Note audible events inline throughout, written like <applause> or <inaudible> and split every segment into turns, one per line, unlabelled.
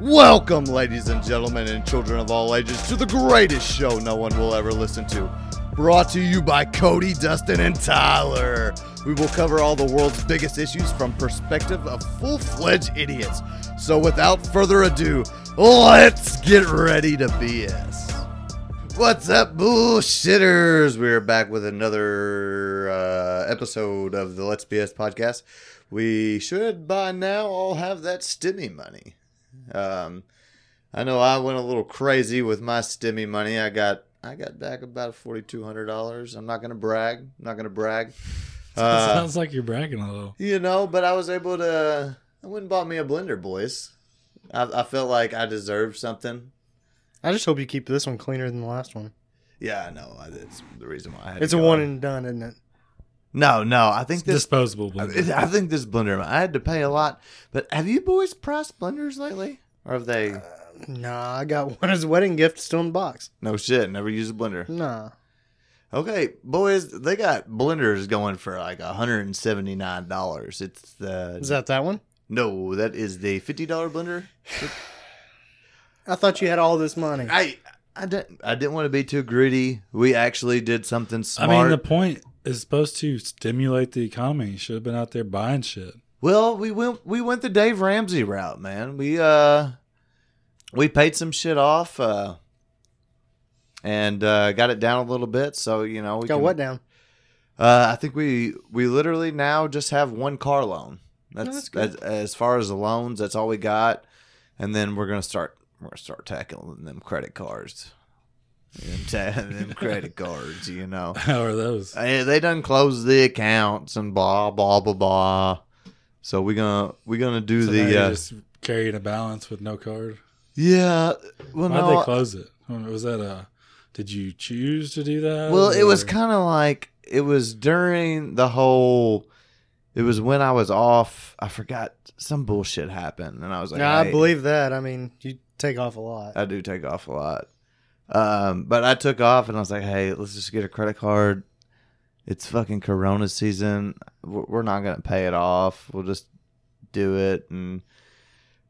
Welcome, ladies and gentlemen, and children of all ages, to the greatest show no one will ever listen to. Brought to you by Cody, Dustin, and Tyler. We will cover all the world's biggest issues from perspective of full-fledged idiots. So without further ado, let's get ready to BS. What's up, bullshitters? We're back with another uh, episode of the Let's BS podcast. We should by now all have that stimmy money. Um, I know I went a little crazy with my stimmy money. I got I got back about forty two hundred dollars. I'm not gonna brag. I'm not gonna
<laughs>
brag.
It
Uh,
sounds like you're bragging a little.
you know, but I was able to. I went and bought me a blender, boys. I, I felt like I deserved something.
I just hope you keep this one cleaner than the last one.
Yeah, I know. I- That's the reason why. I had
It's
to
a
go.
one and done, isn't it?
No, no. I think this.
Disposable
I
blender.
I think this blender. I had to pay a lot, but have you boys priced blenders lately? Or have they?
Uh, Nah, I got <laughs> one as a wedding gift still in the box.
No shit. Never used a blender.
Nah.
Okay, boys. They got blenders going for like hundred and seventy nine dollars. It's the
Is that that one?
no. That is the fifty dollar blender.
I thought you had all this money.
I I didn't I didn't want to be too greedy. We actually did something
I
smart.
mean, the point is supposed to stimulate the economy. You should have been out there buying shit. <laughs>
Well, we went we went the Dave Ramsey route, man. We uh we paid some shit off uh and uh got it down a little bit, so you know, we
got
can-
what down?
Uh I think we we literally now just have one car loan. That's,
Oh, that's good.
that's as far as the loans, that's all we got. And then we're going to start we're going to start tackling them credit cards. Them, ta- <laughs> them credit cards, you know.
How are those?
Hey, they done closed the accounts and blah blah blah blah. So we gonna we gonna do
So now
the
you're
uh,
just carrying a balance with no card.
yeah. Well,
Why'd
no,
they close it? Was that a? Did you choose to do that?
well, it was
or-
kind of like it was during the whole. It was when I was off. I forgot some bullshit happened, and I was like,
Nah, I
"Hey,
believe that. I mean, you take off a lot.
I do take off a lot. Um, but I took off and I was like, hey, let's just get a credit card. It's fucking Corona season. We're we're not gonna pay it off. We'll just do it. And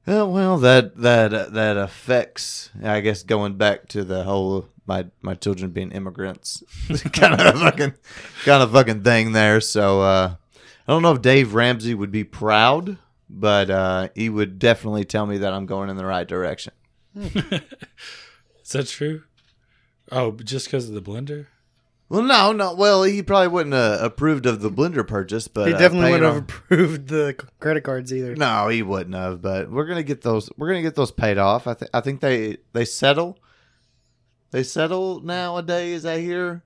uh, well, that that uh, that affects. I guess going back to the whole my my children being immigrants <laughs> kind of fucking kind of fucking thing there. So uh, I don't know if Dave Ramsey would be proud, but uh, he would definitely tell me that I'm going in the right direction.
Is that true? Oh, but just because of the blender?
Well, no, no. Well, he probably wouldn't uh, approved of the blender purchase, but
he
uh,
definitely
paying
wouldn't have
off-
<laughs> approved the c- credit cards either.
No, he wouldn't have. But we're gonna get those. We're gonna get those paid off. I think. I think they they settle. They settle nowadays. I hear.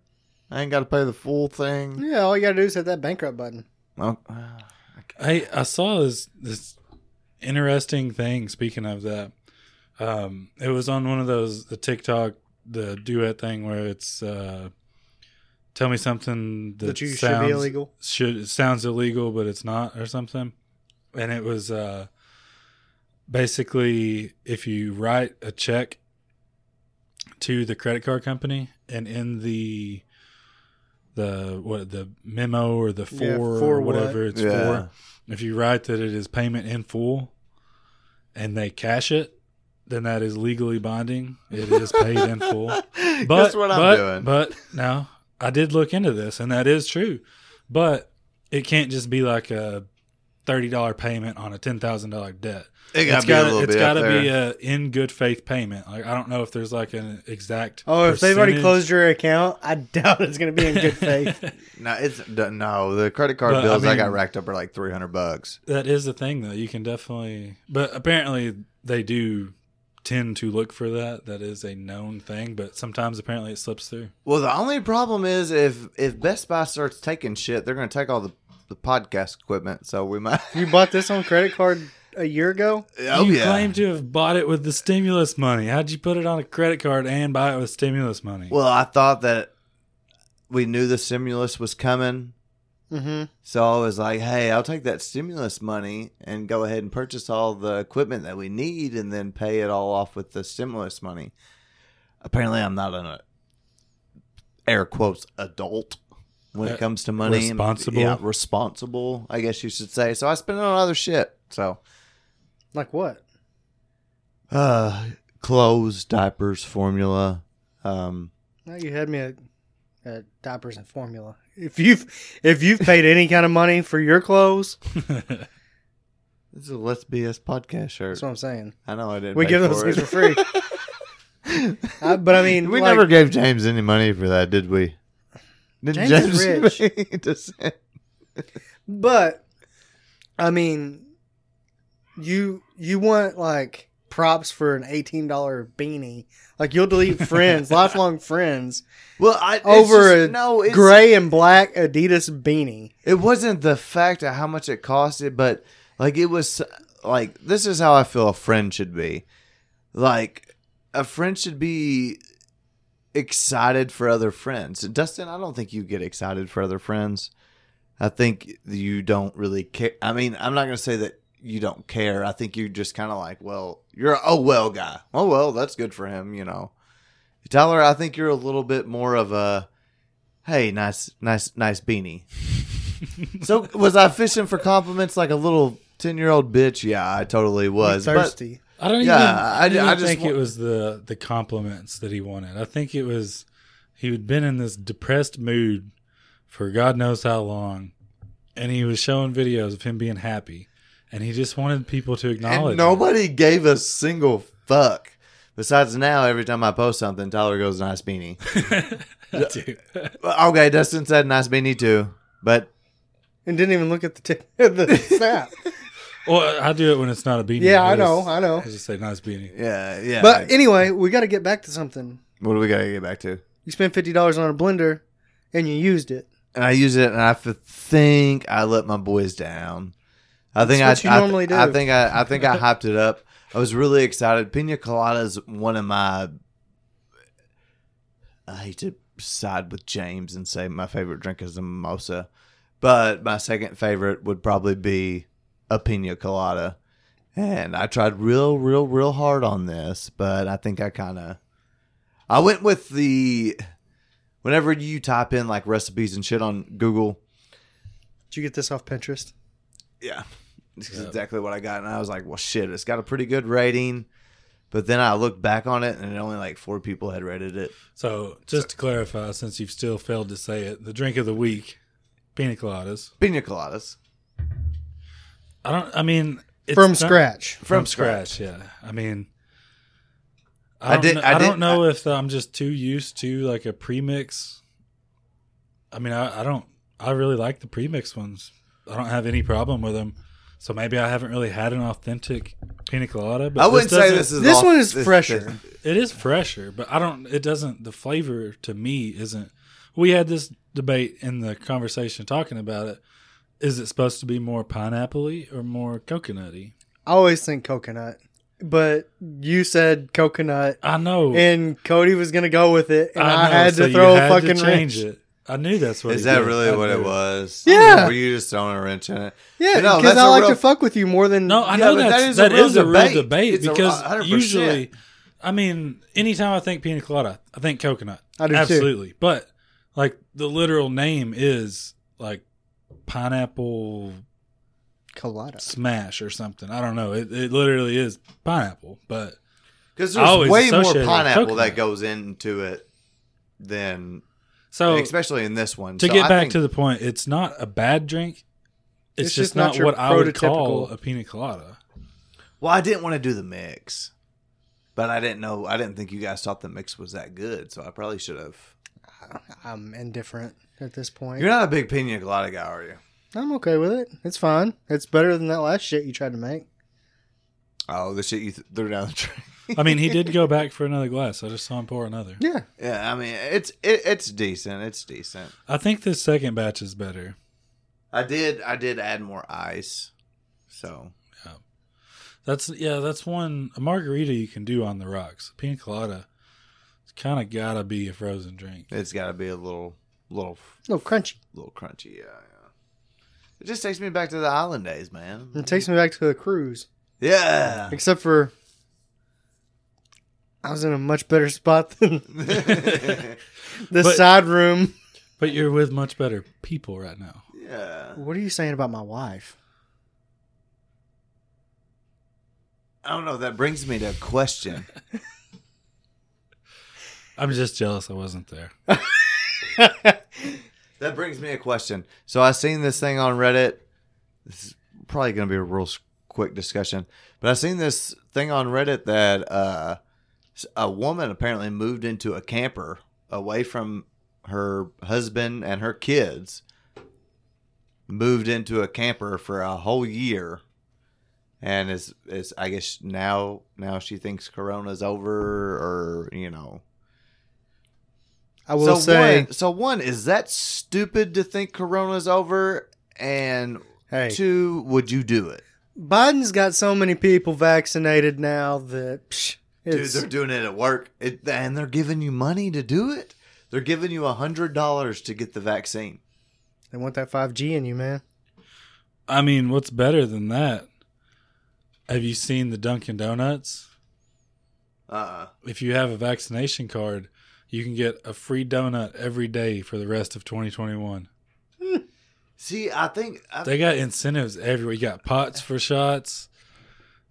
I ain't got to pay the full thing.
Yeah, all you gotta do is hit that bankrupt button.
<sighs> Oh,
I I saw this this interesting thing. Speaking of that, um, it was on one of those the TikTok the duet thing where it's uh, tell me something that,
That you should
sounds,
be illegal.
Should it sounds illegal, but it's not, or something. And it was uh, basically if you write a check to the credit card company, and in the the what the memo or the for,
Yeah,
or
for what?
whatever it's for
Yeah.
if you write that it is payment in full and they cash it, then that is legally binding. It is paid
<laughs>
in full. But,
But, Guess what I'm
but,
doing.
But no, I did look into this and that is true. But it can't just be like a $30 payment on a $10,000 debt.
it
It's
gotta be a
gotta,
little
it's
bit
gotta
up there.
be a in good faith payment. Like, I don't know if there's like an exact.
Oh, if they've already
percentage.
closed your account, I <laughs> doubt it's gonna be
<laughs>
in good
<laughs>
faith.
no, it's no. The credit card
But, I
bills I,
mean-
got racked up are like three hundred bucks.
That is the thing, though. You can definitely, but apparently they do tend to look for that. That is a known thing, but sometimes apparently it slips through.
Well, the only problem is if if Best Buy starts taking shit, they're gonna take all the the podcast equipment. So we might.
you bought this on credit card a year ago?
<laughs> Oh
you
yeah.
claim to have bought it with the stimulus money. How'd you put it on a credit card and buy it with stimulus money?
Well, I thought that we knew the stimulus was coming.
Mm-hmm.
So I was like, hey, I'll take that stimulus money and go ahead and purchase all the equipment that we need and then pay it all off with the stimulus money. Apparently, I'm not an uh, air quotes adult when
Uh,
it comes to money.
responsible?
Yeah, responsible, I guess you should say. So I spend it on other shit. So
Like what?
uh, clothes, diapers, formula. Um,
Now you had me at, at diapers and formula. If you've if you've paid any kind of money for your clothes,
this is a Let's BS podcast shirt.
that's what I'm saying.
I know I didn't.
We
pay
give those
for
things
it.
for free.
<laughs>
<laughs> I- Uh, but I mean,
we
like-
never gave James any money for that, did we? Did
James is
<laughs>
rich.
rich.
But I mean, you you want like props for an eighteen dollar beanie? Like
<laughs>
you'll delete friends, lifelong friends,
well, I it's
Over
just-
a
no, it's,
gray and black Adidas beanie.
it wasn't the fact of how much it costed, but like it was like this is how I feel a friend should be. Like a friend should be excited for other friends. Dustin, I don't think you get excited for other friends. I think you don't really care. I mean, I'm not going to say that you don't care. I think you're just kind of like, well, you're a oh well guy. Oh well, that's good for him, you know. Tyler, I think you're a little bit more of a hey, nice nice nice
<laughs>
beanie. So was I fishing for compliments like a little ten year old bitch? Yeah, I totally was.
You're
But
thirsty?
<laughs> I don't
Yeah,
even.
I- I
I, don't
just
think
want-
it was the the compliments that he wanted. I think it was he had been in this depressed mood for God knows how long, and he was showing videos of him being happy, and he just wanted people to acknowledge.
and
it.
nobody gave a single fuck. Besides now, every time I post something, Tyler goes nice beanie.
<laughs>
Dude.
Well, okay, Dustin said nice beanie too, but
and didn't even look at the tip <laughs> the snap.
Well, I do it when it's not a beanie.
yeah, I
just-
know, I know.
I just say nice beanie.
yeah, yeah.
But anyway, we got to get back to something.
what do we gotta get back to?
You spent fifty dollars on a blender, and you used it.
and I use it, and I f- think I let my boys down. I think
That's
I,
what you
I
normally do.
I think I, I think I hyped it up. I was really excited. Pina colada is one of my. I hate to side with James and say my favorite drink is a mimosa, but my second favorite would probably be a pina colada. And I tried real, real, real hard on this, but I think I kind of. I went with the whenever you type in like recipes and shit on Google,
Did you get this off Pinterest?
yeah, this is
Yeah.
exactly what I got, and I was like, well, shit, it's got a pretty good rating. But then I looked back on it, and only like four people had rated it.
So, just to clarify, since you've still failed to say it, the drink of the week, pina coladas.
Pina coladas
I don't. I mean, it's
From
not-
scratch.
from,
from
scratch.
scratch. Yeah, I mean,
I
I, don't
did-
kn-
I
I,
did-
don't know if I'm just too used to like a premix. I mean, I, I don't. I really like the premix ones. I don't have any problem with them. So maybe I haven't really had an authentic pina colada. But
I wouldn't say
doesn't-
this is
This
off-
one is fresher.
It is fresher, but I don't. It doesn't. The flavor to me isn't. We had this debate in the conversation talking about it. Is it supposed to be more pineapple-y or more coconutty?
I always think coconut, but you said coconut,
I know.
and Cody was gonna go with it, and I,
know,
had
so
to
you
throw
had to
a fucking
change
wrench.
it. I knew that's what.
is
he
that
did.
really
I
what it
knew.
was?
Yeah.
were you just throwing a wrench in it?
Yeah,
No,
because
that's
I
a
like
real-
to fuck with you more than
No, I
Yeah,
know
but
that's,
that is a
that
real
is a real
debate.
debate,
It's a-
because
100%.
usually, I mean, anytime I think pina colada, I think coconut.
I do too.
Absolutely, but like the literal name is like pineapple
colada.
smash or something. I don't know. It, it literally is pineapple, but
Because
I
there's
always
way more
associate it with
pineapple
coconut.
that goes into it than,
so
especially in this one.
to
So
get
I
back
think-
to the point, it's not a bad drink. It's,
It's
just,
just not
not,
your
what I would call
prototypical-
a pina colada.
Well, I didn't want to do the mix, but I didn't know. I didn't think you guys thought the mix was that good, so I probably should have.
I'm indifferent at this point.
You're not a big pina colada guy, are you?
I'm okay with it. It's fine. It's better than that last shit you tried to make.
Oh, the shit you th- threw down the <laughs> drain.
I mean, he did go back for another glass. I just saw him pour another.
Yeah,
yeah, I mean it's it, it's decent. It's decent.
I think this second batch is better.
I did I did add more ice, so
That's yeah, that's one a margarita you can do on the rocks. Pina colada, it's kind of gotta be a frozen drink.
it's got to be a little little
a little crunchy.
little crunchy. Yeah, yeah. It just takes me back to the island days, man. <laughs>
It takes me back to a cruise,
yeah. <laughs>
except for I was in a much better spot than <laughs> this
But-
side room.
But you're with much better people right now.
yeah.
What are you saying about my wife?
I don't know. That brings me to a question.
I'm just jealous I wasn't there.
That brings me a question. So I seen this thing on Reddit. This is probably going to be a real s- quick discussion, but I seen this thing on Reddit that uh, s- a woman apparently moved into a camper away from her husband and her kids. Moved into a camper for a whole year, and is is I guess now now she thinks Corona's over, or you know
I will say,
one, so one is that stupid to think Corona's over, and
hey,
two, would you do it?
Biden's got so many people vaccinated now that psh, it's,
Dude, they're doing it at work, it, and they're giving you money to do it. They're giving you a hundred dollars to get the vaccine.
they want that 5G in you, man.
I mean, what's better than that? Have you seen the Dunkin' Donuts?
Uh,
If you have a vaccination card, you can get a free donut every day for the rest of 2021.
see, I think I,
They got incentives everywhere. You got pots for shots,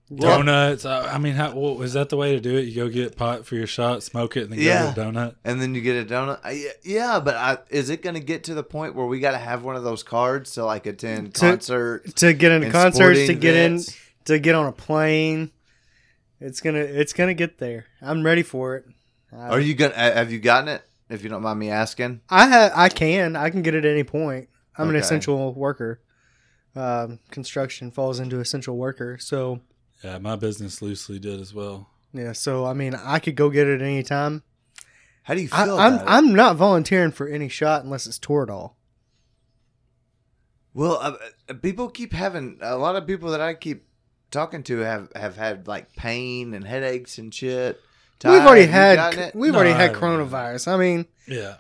Well-
donuts. I, I mean, how well, is that the way to do it? You go get pot for your shot, smoke it, and then
Yeah.
go to a donut.
and then you get a donut. I, yeah, but I, is it going to get to the point where we got to have one of those cards to like attend
To-
concerts,
To get into
and
concerts, to
sporting
get in,
events?
to get on a plane, it's gonna, it's gonna get there. I'm ready for it. I,
Are you gonna? Have you gotten it? If you don't mind me asking.
I ha- I can, I can get it at any point. I'm an
Okay.
essential worker. Um, construction falls into essential worker, so
Yeah, my business loosely did as well.
yeah. So I mean, I could go get it at any time.
How do you feel?
I, I'm,
about it?
I'm not volunteering for any shot unless it's Toradol.
Well, uh, uh, people keep having a lot of people that I keep talking to have have had like pain and headaches and shit.
we've
Ty,
already
have you
had
gotten it?
we've
No,
already
I
had
haven't gotten it.
coronavirus.
<laughs>
I mean,
Yeah,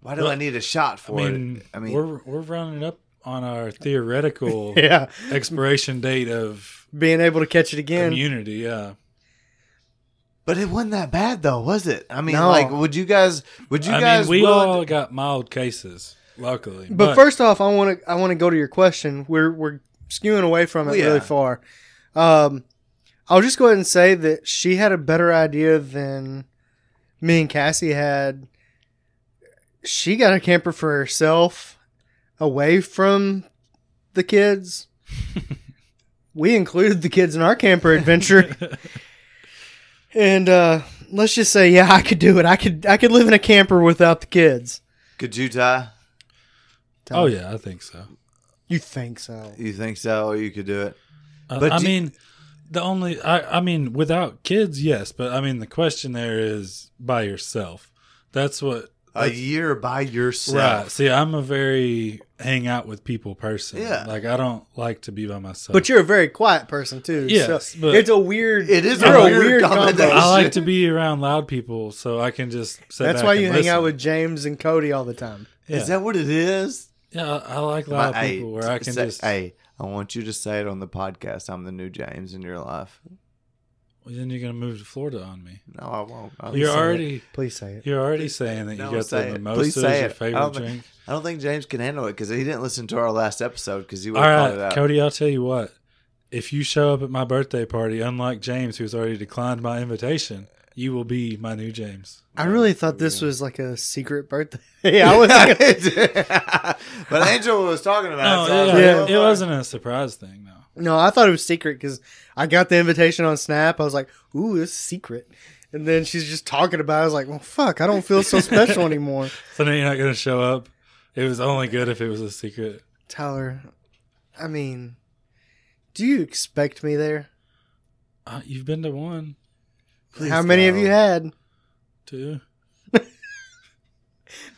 Why do I need a shot
I
for
mean,
it? I mean,
we're we're rounding up on
<laughs>
our theoretical
yeah,
expiration date of
being able to catch it again.
community. Yeah,
but it wasn't that bad though, was it? I mean,
No.
like, would you guys? Would you
I
guys?
mean, we
willing-
all got mild cases, luckily.
but, first off, I want to I want to go to your question. We're we're skewing away from it
Well, yeah.
really far. Um, I'll just go ahead and say that she had a better idea than me and Cassie had. She got a camper for herself, away from the kids. we included the kids in our camper adventure. And uh, let's just say, yeah, I could do it. I could I could live in a camper without the kids.
could you, Ty?
oh yeah, I think so.
You think so?
You think so? Or you could do it?
Uh,
But
I
do-
mean, the only I, I mean, without kids, yes. But I mean, the question there is by yourself. That's what.
A year by yourself.
Right. See, I'm a very hang out with people person.
Yeah.
Like I don't like to be by myself.
But you're a very quiet person too.
Yes,
so
but-
it's a weird.
It is
you're
a weird combination.
I like to be around loud people, so I can just. Sit
That's
back
why
and
you hang
listen.
out with James and Cody all the time.
Yeah,
Is that what it is?
yeah I, I like loud
My- hey,
people where I can
say-
just.
Hey, I want you to say it on the podcast. I'm the new James in your life.
Well, then you're gonna move to Florida on me.
No, I won't. I'll
You're
say it.
already
Please say it.
you're already
Please
saying that you
No,
got
say
the
it.
mimosa
Please
is
say
your
it. I
favorite
don't think-
drink.
I don't think James can handle it because he didn't listen to our last episode because he would
All
have called it
right,
out. <laughs>
Cody, I'll tell you what. If you show up at my birthday party, unlike James, who's already declined my invitation, you will be my new James.
I really thought this was like a secret birthday. <laughs> yeah, I was. <laughs>
<laughs> but Angel was talking
No,
about it. so I was
yeah,
like,
yeah.
"Oh,
it
fuck."
wasn't a surprise thing, no.
no, I thought it was secret because I got the invitation on Snap. I was like, "Ooh, it's secret," and then she's just talking about. it. I was like, "Well, fuck, I don't feel <laughs> so special anymore."
So now you're not going to show up. It was only good if it was a secret.
Tyler, I mean, do you expect me there?
Uh, you've been to one,
Please
How many have
no.
you had?
two.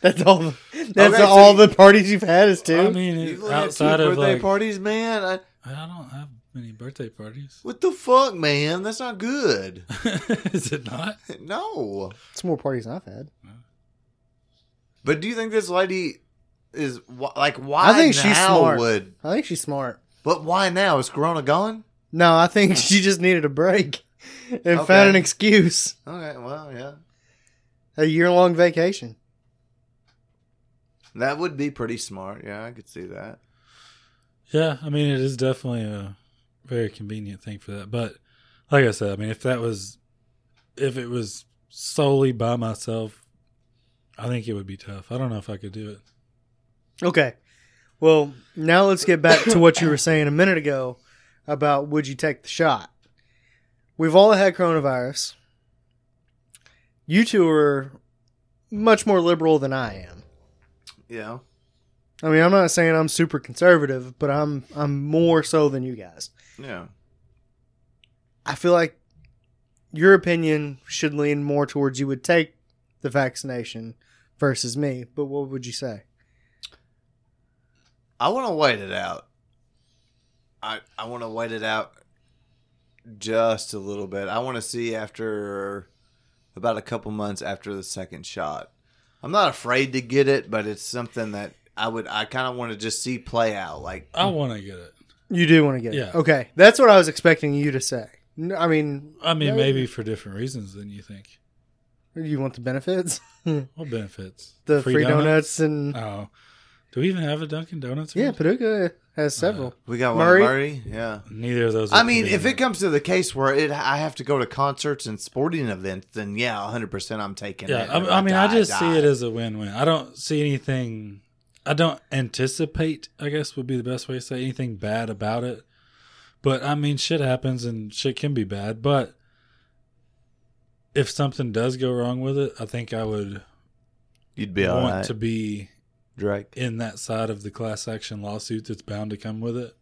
That's all. That's
Okay, so
all
you-
the parties you've had is two.
I mean,
You've
it,
only had
outside
two
of
birthday
like,
parties, man. I,
I don't have many birthday parties. <laughs>
what the fuck, man? That's not good. <laughs>
Is it not?
no.
it's more parties than I've had.
But do you think this lady is wh- like why?
I think she's
now
smart.
Would
I think she's smart.
but why now? Is Corona gone?
No, I think <laughs> she just needed a break and
Okay.
found an excuse.
Okay, well, yeah,
A year long vacation.
that would be pretty smart. Yeah, I could see that.
Yeah, I mean, it is definitely a very convenient thing for that. But like I said, I mean, if that was, if it was solely by myself, I think it would be tough. I don't know if I could do it.
Okay. Well, now let's get back to what you were saying a minute ago about would you take the shot? We've all had coronavirus. You two are much more liberal than I am.
Yeah.
I mean, I'm not saying I'm super conservative, but I'm I'm more so than you guys.
Yeah.
I feel like your opinion should lean more towards you would take the vaccination versus me, but what would you say?
I want to wait it out. I I want to wait it out just a little bit. I want to see after about a couple months after the second shot. I'm not afraid to get it, but it's something that I would I kind of want to just see play out. Like
I want to get it.
You do want to get
Yeah.
it. Okay. That's what I was expecting you to say. N- I mean,
I mean,
Yeah.
maybe for different reasons than you think.
you want the benefits? <laughs>
What benefits?
The free, donuts? and
Oh, do we even have a Dunkin' Donuts?
Yeah,
here?
Paducah has several.
we got
Murray?
one Murray, yeah.
Neither of those. are
I mean, if it
convenient.
comes to the case where it I have to go to concerts and sporting events, then yeah, 100% I'm taking it.
yeah, I, I mean, I just see it as a win-win. I don't see anything. I don't anticipate. I guess would be the best way to say anything bad about it. But I mean, shit happens and shit can be bad. But if something does go wrong with it, I think I would
you'd be all
want
right,
to be
Drake.
in that side of the class action lawsuit that's bound to come with it.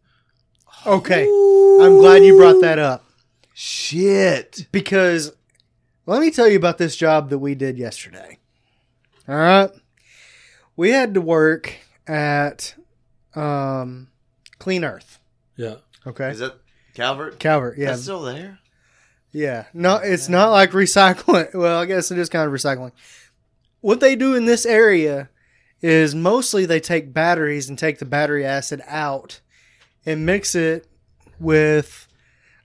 Okay. I'm glad you brought that up
Shit.
because let me tell you about this job that we did yesterday. All right. We had to work at um, Clean Earth.
Yeah,
Okay.
Is that Calvert?
Calvert. Yeah.
That's still there.
Yeah. No, it's not like recycling. <laughs> Well, I guess it is kind of recycling. What they do in this area is mostly they take batteries and take the battery acid out and mix it with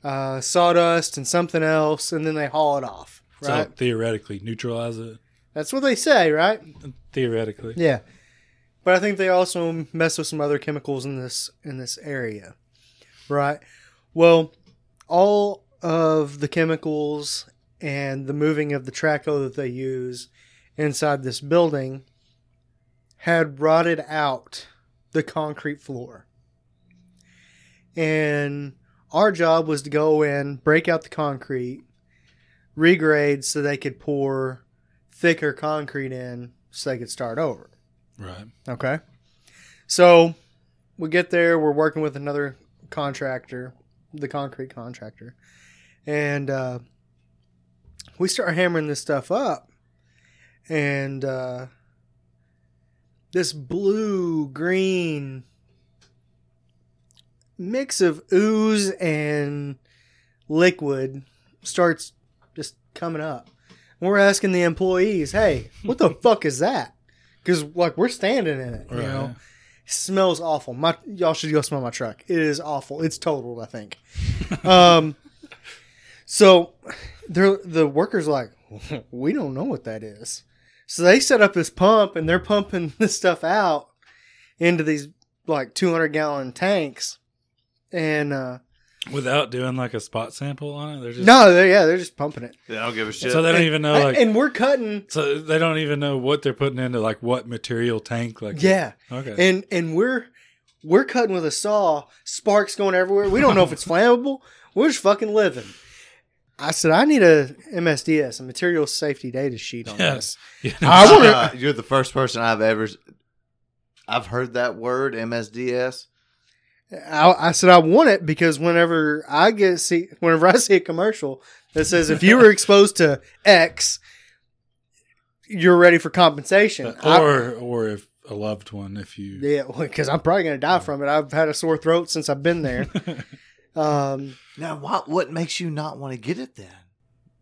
uh, sawdust and something else, and then they haul it off. Right.
so theoretically neutralize it.
That's what they say, right?
Theoretically,
Yeah. But I think they also mess with some other chemicals in this in this area. Right? Well, all of the chemicals and the moving of the traco that they use inside this building had rotted out the concrete floor. And our job was to go in, break out the concrete, regrade so they could pour thicker concrete in so they could start over.
right.
Okay. So we get there. We're working with another contractor, the concrete contractor, and uh, we start hammering this stuff up. And uh, this blue green mix of ooze and liquid starts just coming up. And we're asking the employees, "Hey, what the fuck is that?" Because like we're standing in it, you
Right.
know smells awful. My y'all should go smell my truck. It is awful. It's totaled, I think. um, so they're the workers are like <laughs> we don't know what that is. So they set up this pump and they're pumping <laughs> this stuff out into these like 200 gallon tanks. And uh,
Without doing like a spot sample on it, they're just
no, they yeah, they're just pumping it.
They don't give a shit.
So they don't even know like
and we're cutting.
so they don't even know what they're putting into like what material tank like
Yeah.
okay
and and we're we're cutting with a saw, sparks going everywhere. We don't know
<laughs>
if it's flammable. We're just fucking living. I said I need a MSDS, a material safety data sheet on
yes <laughs>
I wanna-
Uh, you're the first person I've ever. I've heard that word MSDS.
this. I, I said I want it because whenever I get see, whenever I see a commercial that says if
<laughs>
you were exposed to X, you're ready for compensation. I-
or or if a loved one if you
yeah, <laughs> because I'm probably gonna die from it. I've had a sore throat since I've
<laughs>
been there. um,
Now, what what makes you not want to get it then?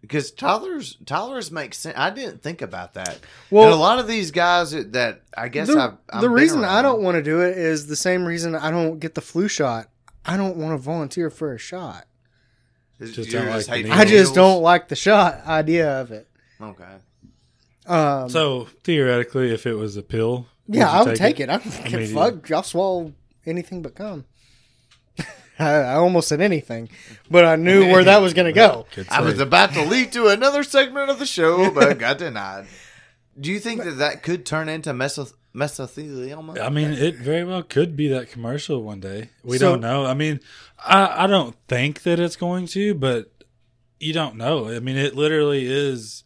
Because toddlers toddlers make sense. I didn't think about that. Well,
Well-
a lot of these guys that- that I guess
the,
I've, I've
the
been
reason I
around.
don't want to do it is the same reason I don't get the flu shot. I don't want to volunteer for a shot.
Is-
Just
you're
don't like the
hating
needles.
I just
needles?
don't like the shot idea of it.
Okay.
Um,
so theoretically if it was a pill
yeah,
you
I would take it. I don't give a
Immediately.
fuck. I'll swallow anything but cum. <laughs> I, I almost said anything, but I knew where that was going
<laughs>
to go.
Good
I was
save.
about to lead to another segment of the show,
<laughs>
but got denied. Do you think that that could turn into mesoth- mesothelioma?
I mean, it very well could be that commercial one day. We
So-
don't know. I mean, I, I don't think that it's going to, but you don't know. I mean, it literally is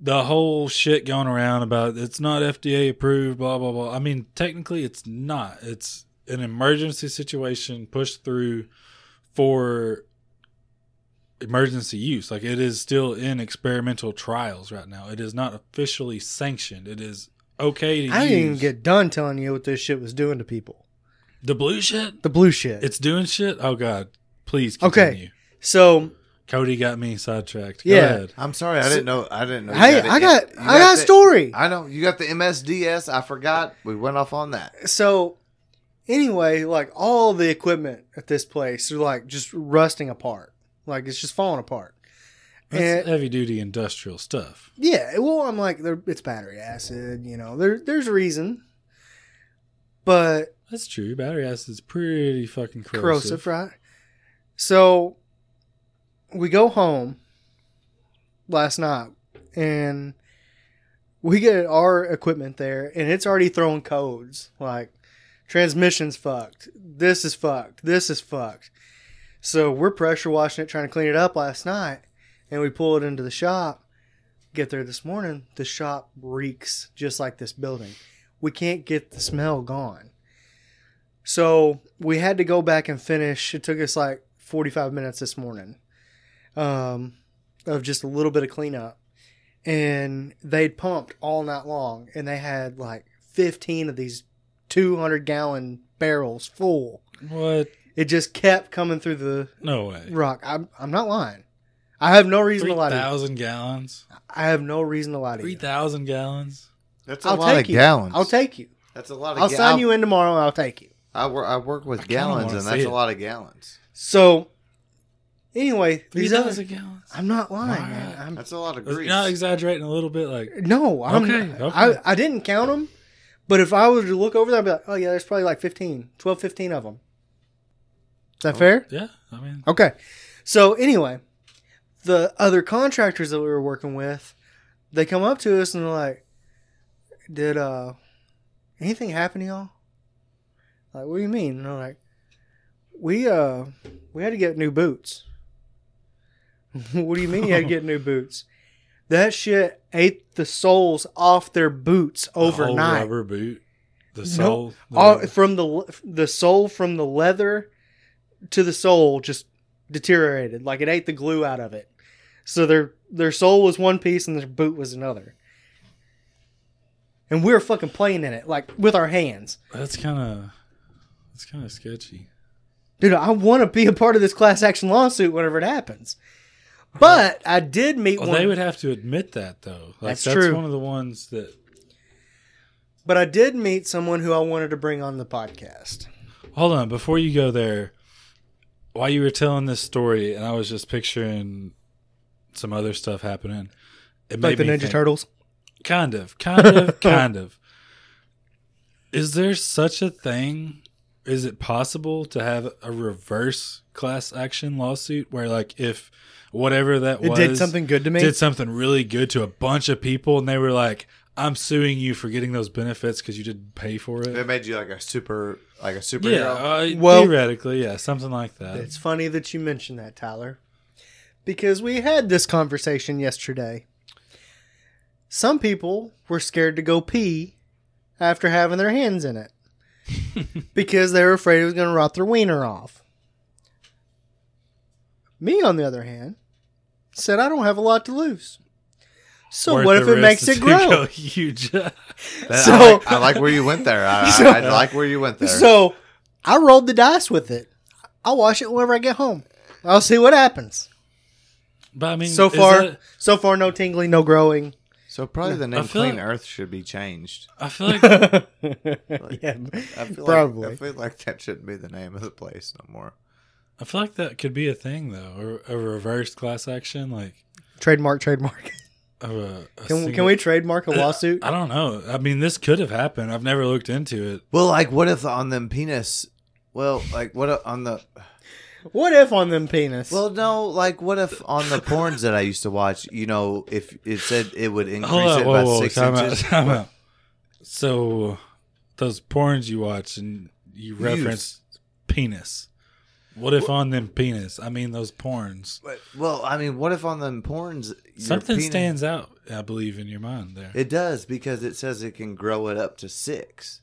the whole shit going around about it's not FDA approved, blah, blah, blah. I mean, technically, it's not. It's an emergency situation pushed through for emergency use. Like, it is still in experimental trials right now. It is not officially sanctioned. It is okay to
I
use.
didn't even get done telling you what this shit was doing to people.
The blue shit?
The blue shit.
It's doing shit? Oh, God. Please
Okay.
continue.
so
Cody got me sidetracked.
Yeah.
Go ahead.
I'm sorry, I didn't know. I didn't know. you
hey,
it.
I got
You
I got a
the-
story.
I know you got the MSDS. I forgot we went off on that.
so anyway, like all the equipment at this place are like just rusting apart. Like it's just falling apart.
That's
Eh.
heavy duty industrial stuff.
Yeah, well, I'm like, there- it's battery acid, you know. There, there's a reason, but
That's true. Battery acid's pretty fucking corrosive.
corrosive, right? So we go home last night, and we get our equipment there, and it's already throwing codes like transmission's fucked, this is fucked, this is fucked. So we're pressure washing it, trying to clean it up last night, and we pull it into the shop. Get there this morning, the shop reeks just like this building. We can't get the smell gone. So we had to go back and finish. It took us like 45 minutes this morning um, of just a little bit of cleanup. And they'd pumped all night long, and they had like 15 of these 200 gallon barrels full.
What?
It just kept coming through the
No way.
rock. I'm, I'm not lying. I have no reason to lie to you.
3,000 gallons?
I have no reason to lie to you.
3,000 gallons?
That's a
I'll
lot
take
of
you.
gallons.
I'll take you.
That's a lot of.
I'll
ga-
sign you in tomorrow, and I'll take you.
I work. I work with
I kinda
gallons,
wanna
and
see
that's
it.
a lot of gallons.
So, anyway, these other,
3,000 gallons?
I'm not lying, man.
Alright.
I'm,
That's a lot of
Was-
grease.
Not exaggerating a little bit. Like,
No, I'm,
Okay, okay.
I, I didn't count them, but if I was to look over there, I'd be like, oh, yeah, there's probably like 15, 12, 15 of them. Is
Oh.
that fair?
yeah. I mean,
Okay. So, anyway, the other contractors that we were working with, they come up to us and they're like, did uh, anything happen to y'all? Like, what do you mean? And they're like, we, uh, we had to get new boots. <laughs> what do you mean you
<laughs>
had to get new boots? That shit ate the soles off their boots
the whole
overnight. Oh,
rubber boot. The
No.
sole. the
All,
rubber-
from the le- the sole from the leather to the sole just deteriorated. Like it ate the glue out of it. So their their sole was one piece and their boot was another. And we were fucking playing in it, like with our hands.
that's kind of. That's kind of sketchy.
Dude, I want to be a part of this class action lawsuit whenever it happens. But I did meet
Well,
one.
Oh, they would have to admit that though. Like,
That's
that's,
true.
one of the ones that.
but I did meet someone who I wanted to bring on the podcast.
Hold on, before you go there, while you were telling this story, and I was just picturing some other stuff happening. It
Like
made
the
me
Ninja
think-
Turtles.
Kind of, kind
<laughs>
of, kind of. Is there such a thing? Is it possible to have a reverse class action lawsuit where, like, if whatever that
It
was
did something good to me.
did something really good to a bunch of people, and they were like, "I'm suing you for getting those benefits because you didn't pay for it."
It made you like a super, like a superhero.
Yeah, uh,
Well-
theoretically, yeah, something like that.
It's funny that you mentioned that, Tyler, because we had this conversation yesterday. Some people were scared to go pee after having their
<laughs>
hands in it because they were afraid it was going to rot their wiener off. Me, on the other hand, said I don't have a lot to lose. So
Worth
what
the
if it
risk
makes it
to <laughs>
grow?
go huge? <laughs>
That-
So-
I, like, I like where you went there. I, I-
So-
I like where you went there.
So I rolled the dice with it. I'll wash it whenever I get home. I'll see what happens.
but I mean,
So
is
far,
that-
so far, no tingling,
<laughs>
no growing.
So probably the
I
name
feel
Clean
like-
Earth should be changed.
I feel like
<laughs> yeah,
I feel
Probably.
Like, I feel like that shouldn't be the name of the place no more.
I feel like that could be a thing though, a, a reverse class action, like
trademark, trademark.
of a, a
Can,
single-
can we trademark a
Uh,
lawsuit?
I don't know. I mean, this could have happened. I've never looked into it.
Well, like what if on them penis Well, like what a- on the
What if on them penis?
well, no, like what if on the porns that I used to watch, you know, if it said it would increase
Hold up,
it
whoa,
by
whoa,
six
time
inches,
out, time out. So, those porns you watch and you reference penis. What if on them penis? I mean those porns.
But- well, I mean, what if on them porns your
Something
penis-
stands out, I believe, in your mind there.
It does because it says it can grow it up to six,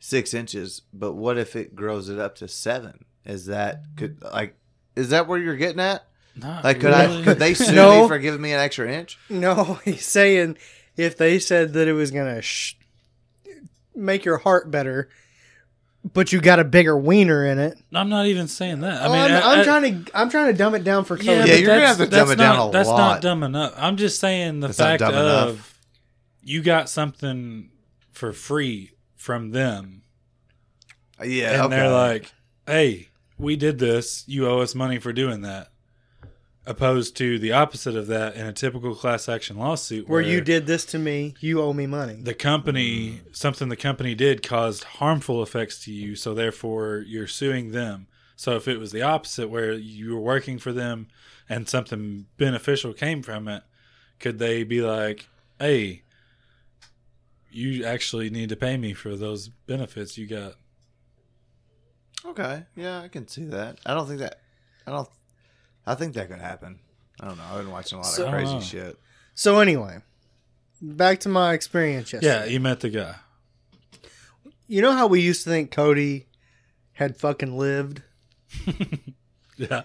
six inches. But what if it grows it up to seven? Is that could like, is that where you're getting at?
Not
Like, could
really.
I could they
<laughs>
sue
No.
me for giving me an extra inch?
no, he's saying if they said that it was gonna sh- make your heart better, but you got a bigger wiener in it.
I'm not even saying that. I
I
mean,
am
I-
I'm
I-
trying to I'm trying to dumb it down for
Yeah,
Cody.
but
you're gonna have
that's-
to dumb
that's
it down
not-
a
that's
lot.
not dumb enough. I'm just saying the
That's not
fact
dumb
of
enough.
you got something for free from them,
Yeah,
and
okay.
they're like, "Hey, we did this. You owe us money for doing that." Opposed to the opposite of that in a typical class action lawsuit,
Where you did this to me, you owe me money.
the company something the company did caused harmful effects to you so therefore you're suing them so if it was the opposite where you were working for them and something beneficial came from it could they be like hey you actually need to pay me for those benefits you got
okay, yeah, I can see that. I don't think that, I don't, I think that could happen. I don't know. I've been watching a lot
So- uh,
of
I don't
crazy
know.
shit.
so anyway, back to my experience yesterday.
yeah you met the guy <laughs>
You know how we used to think Cody had fucking lived
yeah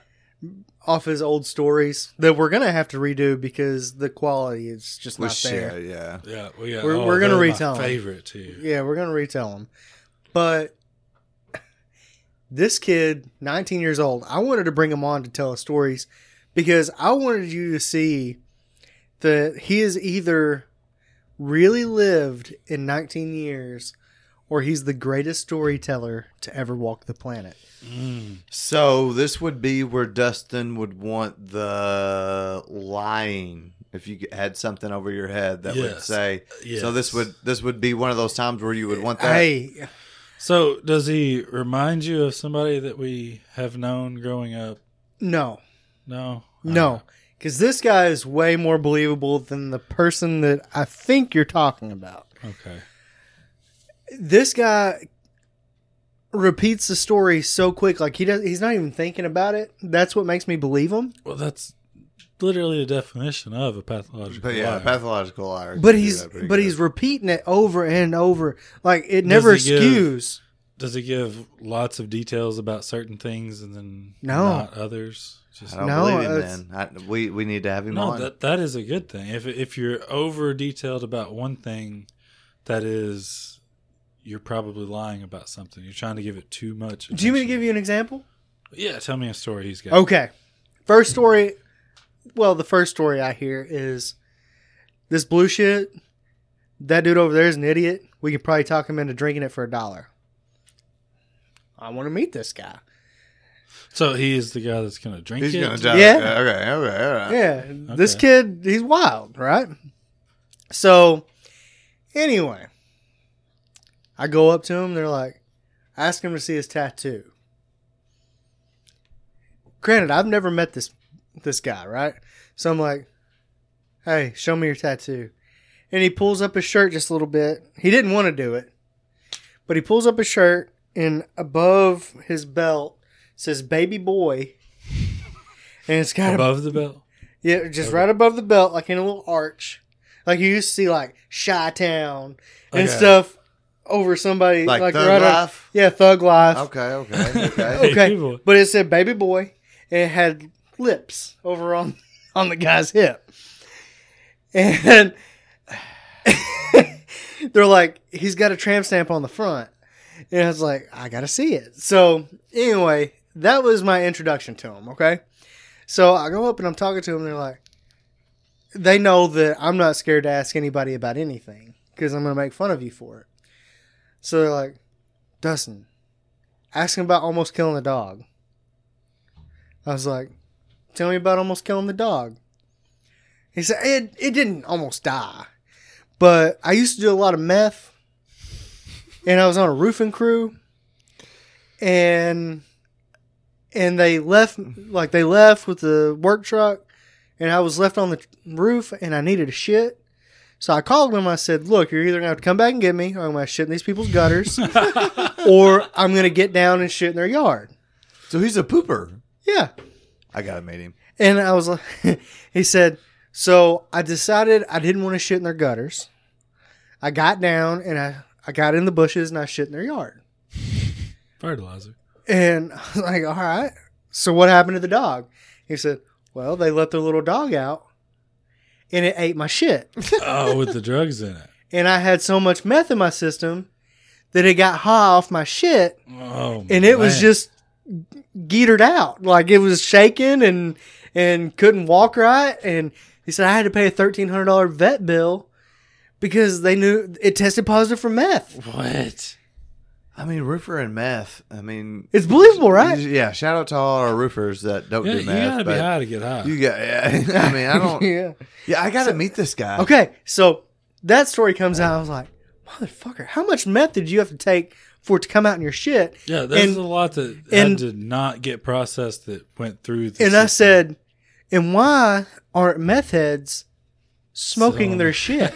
off his old stories that we're gonna have to redo because the quality is just
With
not there.
shit, yeah.
yeah we got,
We're- we're gonna
they're my
retell him.
favorite too
Yeah, we're gonna retell him. But this kid, 19 years old, I wanted to bring him on to tell us stories because I wanted you to see that he has either really lived in 19 years or he's the greatest storyteller to ever walk the planet.
Mm.
So this would be where Dustin would want the lying. If you had something over your head that would
Yes.
say,
Yes.
so this would this would be one of those times where you would want that.
Hey,
so does he remind you of somebody that we have known growing up
no,
no
Uh-huh.
no. Because this guy is way more believable than the person that I think you're talking about.
okay
this guy repeats the story so quick like he does he's not even thinking about it that's what makes me believe him
Well, that's literally the definition of a pathological
But yeah,
liar.
pathological liar.
but
could do
he's
that pretty
but
good.
he's repeating it over and over like it never
he give-
skews
Does it give lots of details about certain things and then
No.
not others? Just
I don't
No,
believe him,
it's-
man. I, we we need to have him
no,
on.
that that is a good thing. If if you're over detailed about one thing, that is, you're probably lying about something. You're trying to give it too much.
do you mean to give you an example
Yeah, tell me a story he's got.
okay first story well the first story i hear is this blue shit that dude over there is an idiot we could probably talk him into drinking it for a dollar i want to meet this guy
So he is the guy that's gonna drink
he's
it.
gonna die.
Yeah.
Okay. Okay. All right.
Yeah, this
Okay.
kid, he's wild, right? So, anyway, I go up to him. They're like, ask him to see his tattoo. Granted, I've never met this this guy, right? So I'm like, hey, show me your tattoo. And he pulls up his shirt just a little bit. He didn't want to do it, but he pulls up his shirt, and above his belt says "baby boy," and it's got a
above the belt.
yeah, just right above the belt, like in a little arch. Like you used to see like Chi Town
Okay.
and stuff over somebody
Like,
like,
thug
right on-
life.
yeah, thug life.
Okay. Okay. Okay.
<laughs>
<laughs>
Hey,
Okay.
people.
But it said baby boy and it had lips over on <laughs> on the guy's hip. And <laughs> they're like, he's got a tramp stamp on the front. And I was like, I gotta see it. So anyway, that was my introduction to him, okay? So I go up and I'm talking to him, and they're like, they know that I'm not scared to ask anybody about anything because I'm gonna make fun of you for it. So they're like, Dustin, ask him about almost killing the dog. I was like, tell me about almost killing the dog. He said, it, it didn't almost die, but I used to do a lot of meth and I was on a roofing crew and and they left like they left with the work truck and I was left on the roof and I needed a shit. So I called them. I said, "Look, you're either gonna have to come back and get me, or I'm gonna shit in these people's gutters,
<laughs>
or I'm gonna get down and shit in their yard."
So he's a pooper.
Yeah,
I gotta meet him.
and I was like, <laughs> he said, so I decided I didn't want to shit in their gutters. I got down and I, I got in the bushes and I shit in their yard.
Fertilizer.
And <laughs> I was like, all right. So what happened to the dog? He said, well, they let their little dog out and it ate my shit.
Oh, with the drugs in it.
and I had so much meth in my system that it got high off my shit
Oh,
and it was
man.
just geetered out like it was shaking and and couldn't walk right and he said i had to pay a $1300 vet bill because they knew it tested positive for meth
what?
I mean, roofer and meth. I mean,
it's believable right
yeah. Shout out to all our roofers that don't
Yeah,
do
you
meth.
gotta be
but
high to get high.
You got. Yeah, <laughs> I mean, I don't.
<laughs> yeah
Yeah, I gotta meet this guy.
okay so that story comes out i was like motherfucker how much meth did you have to take for it to come out in your shit
yeah, there's
and-
a lot that
and-
had to not get processed that went through. The
and i
system.
said and why aren't meth heads smoking
So-
their shit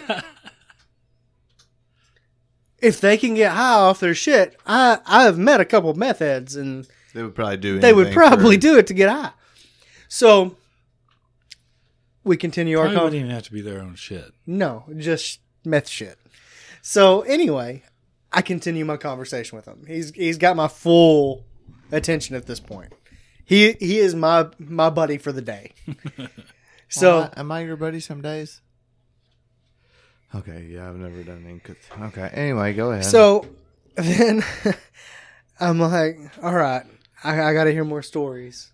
<laughs> if they can get high off their shit, I I have met a couple of meth heads and
They would probably do.
they would
anything for-
probably do it to get high. So we continue our
Probably
con-
wouldn't even have to be their own shit.
no, just meth shit. So anyway, I continue my conversation with him. He's he's got my full attention at this point. He he is my my buddy for the day. so
Am I, am I your buddy some days? Okay. Yeah, I've never done any. good- Okay. Anyway, go ahead.
So <laughs> then I'm like, all right, I, I got to hear more stories.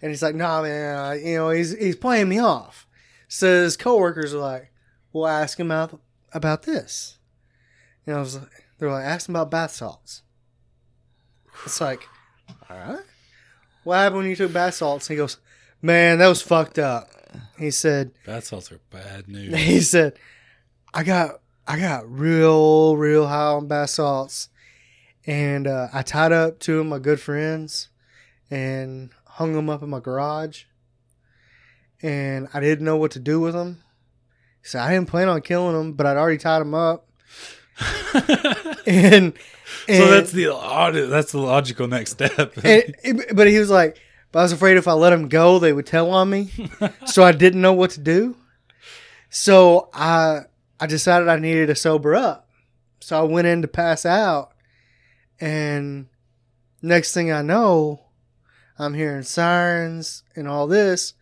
And he's like, nah, man, I- you know, he's he's playing me off. So his coworkers are like, we'll ask him out about this. And I was like, they're like, ask him about bath salts. It's like, all right. What happened when you took bath salts? And he goes, man, that was fucked up. He said,
Bath salts are bad news.
<laughs> he said, "I got I got real real high on bath salts, and uh, I tied up two of my good friends, and hung them up in my garage, and I didn't know what to do with them. So I didn't plan on killing them, but I'd already tied them up, <laughs> and, and
<laughs> so that's the audit. That's the logical next step.
<laughs> and, it- but he was like, but I was afraid if I let him go, they would tell on me. so I didn't know what to do. So I I decided I needed to sober up. So I went in to pass out, and next thing I know, I'm hearing sirens and all this.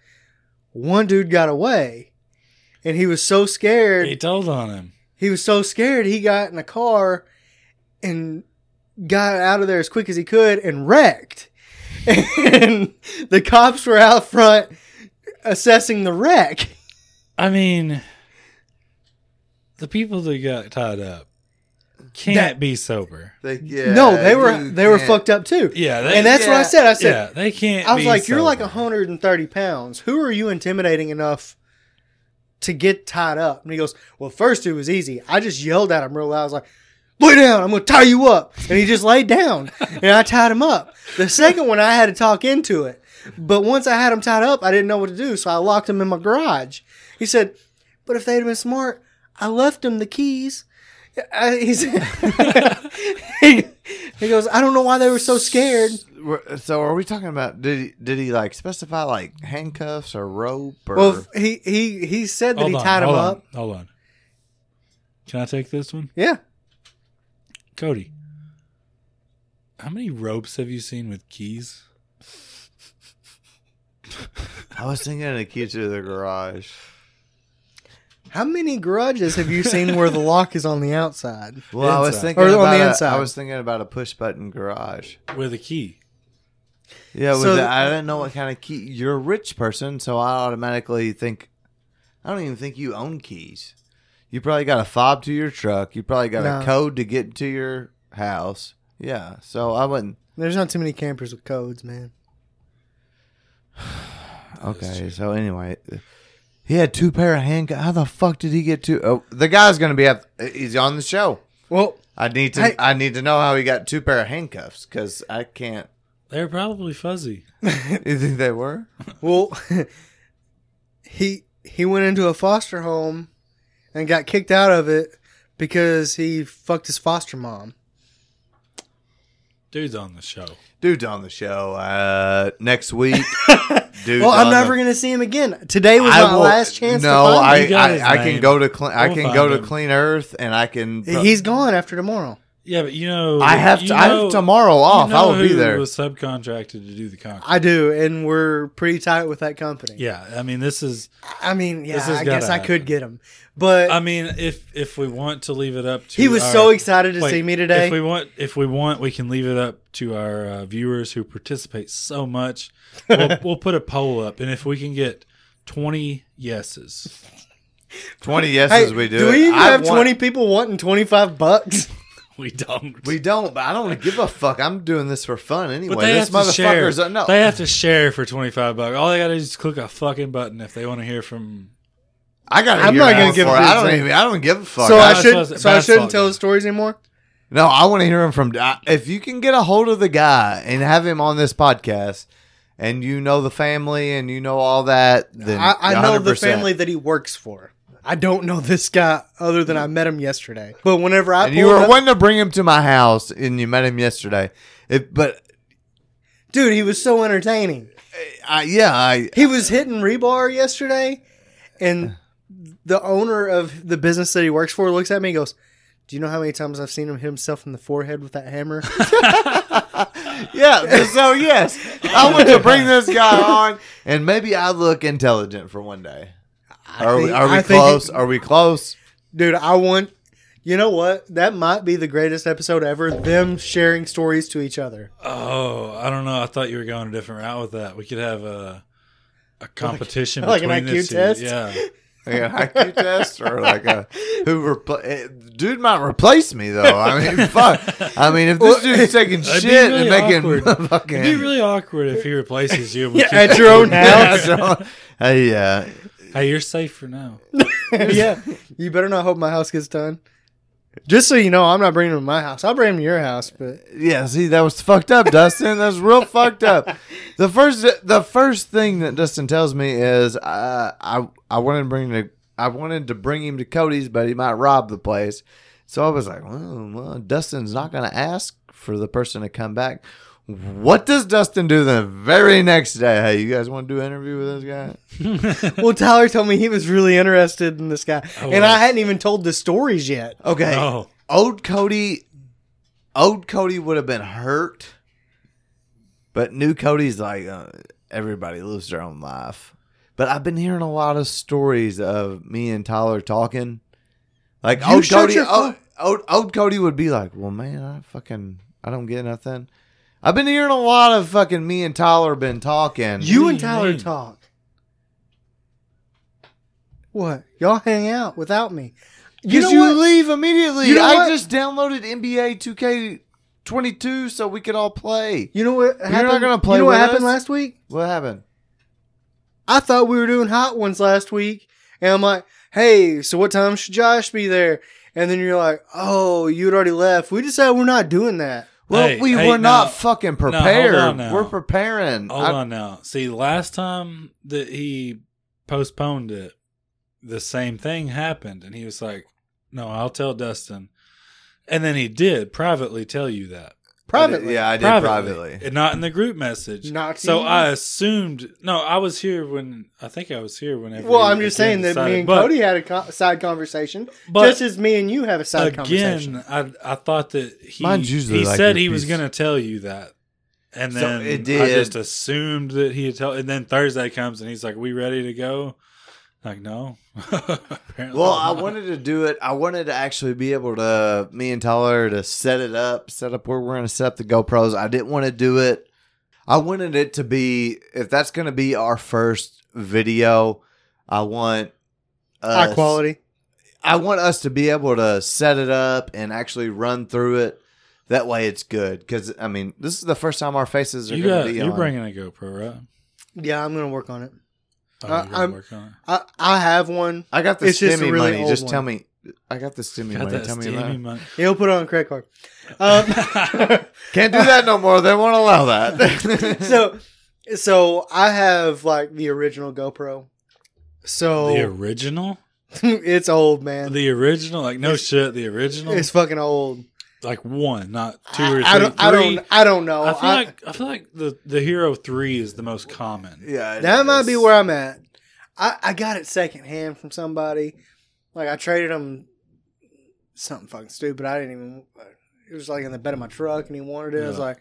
One dude got away, and he was so
<laughs>
scared
he told on him.
he was so scared he got in a car and got out of there as quick as he could and wrecked <laughs> and the cops were out front assessing the wreck
I mean, the people that got tied up can't
That-
be sober.
They- yeah,
no they were
you
they were
can't-
fucked up too
Yeah, they,
and that's what i
yeah,
said i said
yeah, they can't.
i was
be
like you're like
sober.
130 pounds who are you intimidating enough to get tied up and he goes well first it was easy i just yelled at him real loud i was like lay down i'm gonna tie you up and he just
<laughs>
laid down and i tied him up the second one i had to talk into it but once i had him tied up i didn't know what to do so i locked him in my garage he said but if they'd have been smart i left him the keys I, he, said, <laughs> he, he goes i don't know why they were so scared
We're- So are we talking about did he, did he like specify like handcuffs or rope or
well f- he he he said that
Hold
he
on,
tied him
hold on,
up
Hold on. Can I take this one,
yeah
Cody? How many ropes have you seen with keys?
I was thinking of the key to the garage.
how many garages have you seen where the lock is on the outside
Well, I was
Inside.
thinking
Or on
about
the
a-
inside.
I was thinking about a push button garage.
With a key.
Yeah, with
So-
the, I didn't know what kind of key. You're a rich person, so I automatically think I don't even think you own keys. You probably got a fob to your truck. You probably got
No.
a code to get to your house. Yeah, so I wouldn't.
there's not too many campers with codes man
Okay, so anyway, he had two pair of handcuffs. How the fuck did he get two? Oh, the guy's gonna be. Up, he's on the show.
well
I need to.
Hey.
I need to know how he got two pair of handcuffs because I can't.
They're probably fuzzy.
You think they were?
Well, <laughs> he he went into a foster home and got kicked out of it because he fucked his foster <coughs> mom.
Dude's on the show.
Dude's on the show uh, next week. Dude,
well, I'm never gonna see him again. Today was my last chance.
No,
to find
I,
him. You got his
I, I can
name.
go to clean. I
We'll
can
find
go to
him.
Clean Earth, and I can.
him. he's gone after tomorrow.
Yeah, but you know,
I have
you
to, I
know-
have tomorrow
you
off. I
know
will be
who
there.
Was subcontracted to do the concrete.
I do, and we're pretty tight with that company.
yeah, I mean, this is.
I mean, yeah,
This has
I guess
gotta
I could
happen.
get him, but
I mean, if if we want to leave it up to,
he was
our-
so excited to
Wait,
see me today.
If we want, if we want, we can leave it up to our uh, viewers who participate so much.
<laughs>
We'll, we'll put a poll up, and if we can get twenty yeses, <laughs>
Twenty yeses
hey,
we do.
do
it.
we even
I
have
want-
20 people wanting 25 bucks?
we don't.
We don't, but I don't give a fuck. I'm doing this for fun anyway.
but they
this
have to share.
motherfucker's uh, no.
They have to share for twenty five bucks. All they got to do is click a fucking button if they want to hear from.
I got.
I'm not gonna give
For it.
a
I don't
reason.
even. I don't give a fuck.
so
I-
I
that's what
should
I
not
was-
so I
that's
shouldn't
all
tell
good.
the stories anymore.
No, I want to hear him from. I- If you can get a hold of the guy and have him on this podcast, and you know the family and you know all that, then
I, I know the
100%.
family that he works for. I don't know this guy other than I met him yesterday. But whenever I
And you
pulled
were
up-
wanting to bring him to my house, and you met him yesterday. It, but
dude, he was so entertaining.
I, yeah, I
He was hitting rebar yesterday, and the owner of the business that he works for looks at me and goes, "Do you know how many times I've seen him hit himself in the forehead with that hammer?"
<laughs> yeah. So yes, I want to bring this guy on, and maybe I look intelligent for one day. <laughs> Are we?
think-
Are we
I think it-
close? are we close?
Dude, I want. You know what? That might be the greatest episode ever. Them sharing stories to each other.
Oh, I don't know. I thought you were going a different route with that. We could have a
<laughs>
a competition
like an
between the
IQ
two.
test? <laughs>
Yeah.
Like an IQ test or like a who repl- eh, dude might replace me though. I mean, <laughs> fuck. I mean, if this dude's
<laughs>
taking
It'd be
shit
really
and making <laughs>
awkward.
fucking
It'd be really awkward if he replaces
<laughs>
you. but
Yeah,
you-
at your
<laughs>
own
yeah,
house.
so, hey, yeah,
<laughs> Hey, you're safe for
<laughs>
now.
yeah, you better not hope my house gets done. Just so you know, I'm not bringing him to my house. I'll bring him to your house, but
yeah. See, that was fucked up, Dustin. That's real fucked up. The first, the first thing that Dustin tells me is, uh, I, I wanted to bring the, I wanted to bring him to Cody's, but he might rob the place. So I was like, well, well Dustin's not going to ask for the person to come back. What does Dustin do the very next day? Hey, you guys want to do an interview with this guy?
well, Tyler told me he was really interested in this guy,
Oh,
and
wow.
I hadn't even told the stories yet.
Okay,
Oh,
old Cody, old Cody would have been hurt, but new Cody's like uh, everybody lives their own life. But I've been hearing a lot of stories of me and Tyler talking. Like
You
old
shut
Cody,
your
old,
fu-
old, old Cody would be like, "Well, man, I fucking I don't get nothing." I've been hearing a lot of fucking me and Tyler been talking.
You
do
and
you
Tyler
mean?
talk. What? Y'all hang out without me? You know
Because you,
what?
leave immediately.
You know
I
what?
just downloaded NBA 2K22 so we could all play.
You know what
not
happened?
gonna play
you know what
with
happened
us?
last week?
What happened?
I thought we were doing hot ones last week, and I'm like, hey, so what time should Josh be there? And then you're like, oh, you had already left. We decided we're not doing that.
Well,
Hey,
we
hey,
were
now-
not fucking
hold
prepared.
on now.
we're preparing.
hold
I-
on now. See, last time that he postponed it, the same thing happened, and he was like, "No, I'll tell Dustin." And then he did privately tell you that
Privately.
Yeah, I did privately.
privately, and not in the group message.
Not to
so.
you?
I assumed. No, I was here when I think I was here whenever.
Well,
he
I'm just
again
saying that
decided-
me and
but-
Cody had a co- side conversation,
but-
just as me and you have a side conversation.
again, uh, I I thought that he
Mine's usually
he
like
said
your
he was
piece.
going to tell you that, and
So
then
it
I
did.
just assumed that he had tell. And then Thursday comes and he's like, "We ready to go?" Like no. <laughs> Apparently
Well, I
not.
wanted to do it. I wanted to actually be able to, me and Tyler, to set it up, set up where we're going to set up the GoPros. I didn't want to do it. I wanted it to be, if that's going to be our first video, I want
High
us-
quality.
I want us to be able to set it up and actually run through it. That way, it's good. Because I mean, this is the first time our faces are
You
going
got
to be
you're
on.
bringing a GoPro, right?
Yeah, I'm gonna work on it.
Oh,
Uh,
you're
I'm-
gonna work on it.
I, I have one.
I got the
It's just a
stimmy
really
money.
old
Just tell
one.
me, I got the
<laughs>
stimmy
Got
money.
that
Tell me
steamy
about.
<laughs> money.
He'll put it on credit card.
<laughs>
Um,
Can't do that no more. They won't allow that. <laughs>
<laughs> so, so I have like the original GoPro.
The
So
original?
<laughs> it's old, man.
The original? Like, no shit. The original?
it's fucking old.
like one, not two or three.
I, I don't. I
Three-
don't. I don't know.
I feel
I-
like I feel like the the Hero Three is the most common.
yeah,
that might be where I'm at. I, I got it secondhand from somebody. Like I traded him something fucking stupid. I didn't even. It was like in the bed of my truck, and he wanted it. I was
Yeah.
like,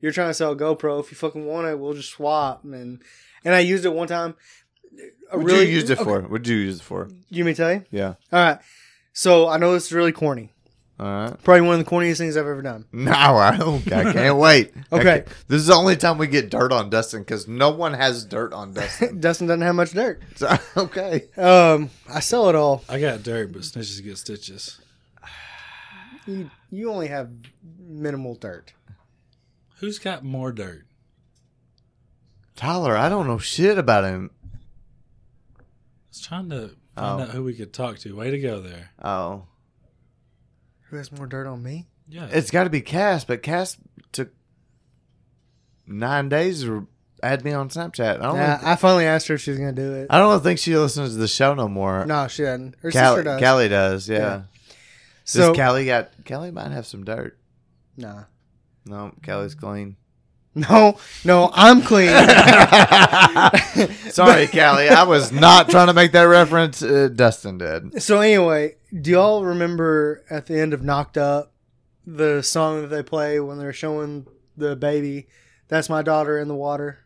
"You're trying to sell a GoPro. If you fucking want it, we'll just swap." And and I used it one time. I
What you used it for? What would you use it for?
You may tell you.
Yeah.
All right. So I know this is really corny.
All right.
Probably one of the corniest things I've ever done.
No, I, okay,
<laughs>
I can't wait. I
Okay.
can't- this is the only time we get dirt on Dustin because no one has dirt on
<laughs>
Dustin.
Dustin doesn't have much dirt.
So, <laughs> okay.
Um, I sell it all.
I got dirt, but snitches get stitches.
You you only have minimal dirt.
Who's got more dirt?
Tyler, I don't know shit about him.
I was trying to
Oh.
find out who we could talk to. Way to go there.
Oh,
Who has more dirt on me?
Yeah,
it's got to be Cass, but Cass took nine days to add me on Snapchat. I don't.
Nah,
think- Uh,
I finally asked her if she's gonna do it.
I don't think she listens to the show no more.
No, she doesn't. Her
Callie
sister does.
Callie does. Yeah.
Yeah.
Does
so
Callie got? Callie might have some dirt.
nah. <laughs>
No, Callie's clean.
no, no, I'm clean. <laughs>
Sorry, Callie. I was not trying to make that reference. Uh, Dustin did.
so anyway, do y'all remember at the end of Knocked Up, the song that they play when they're showing the baby? That's my daughter in the water.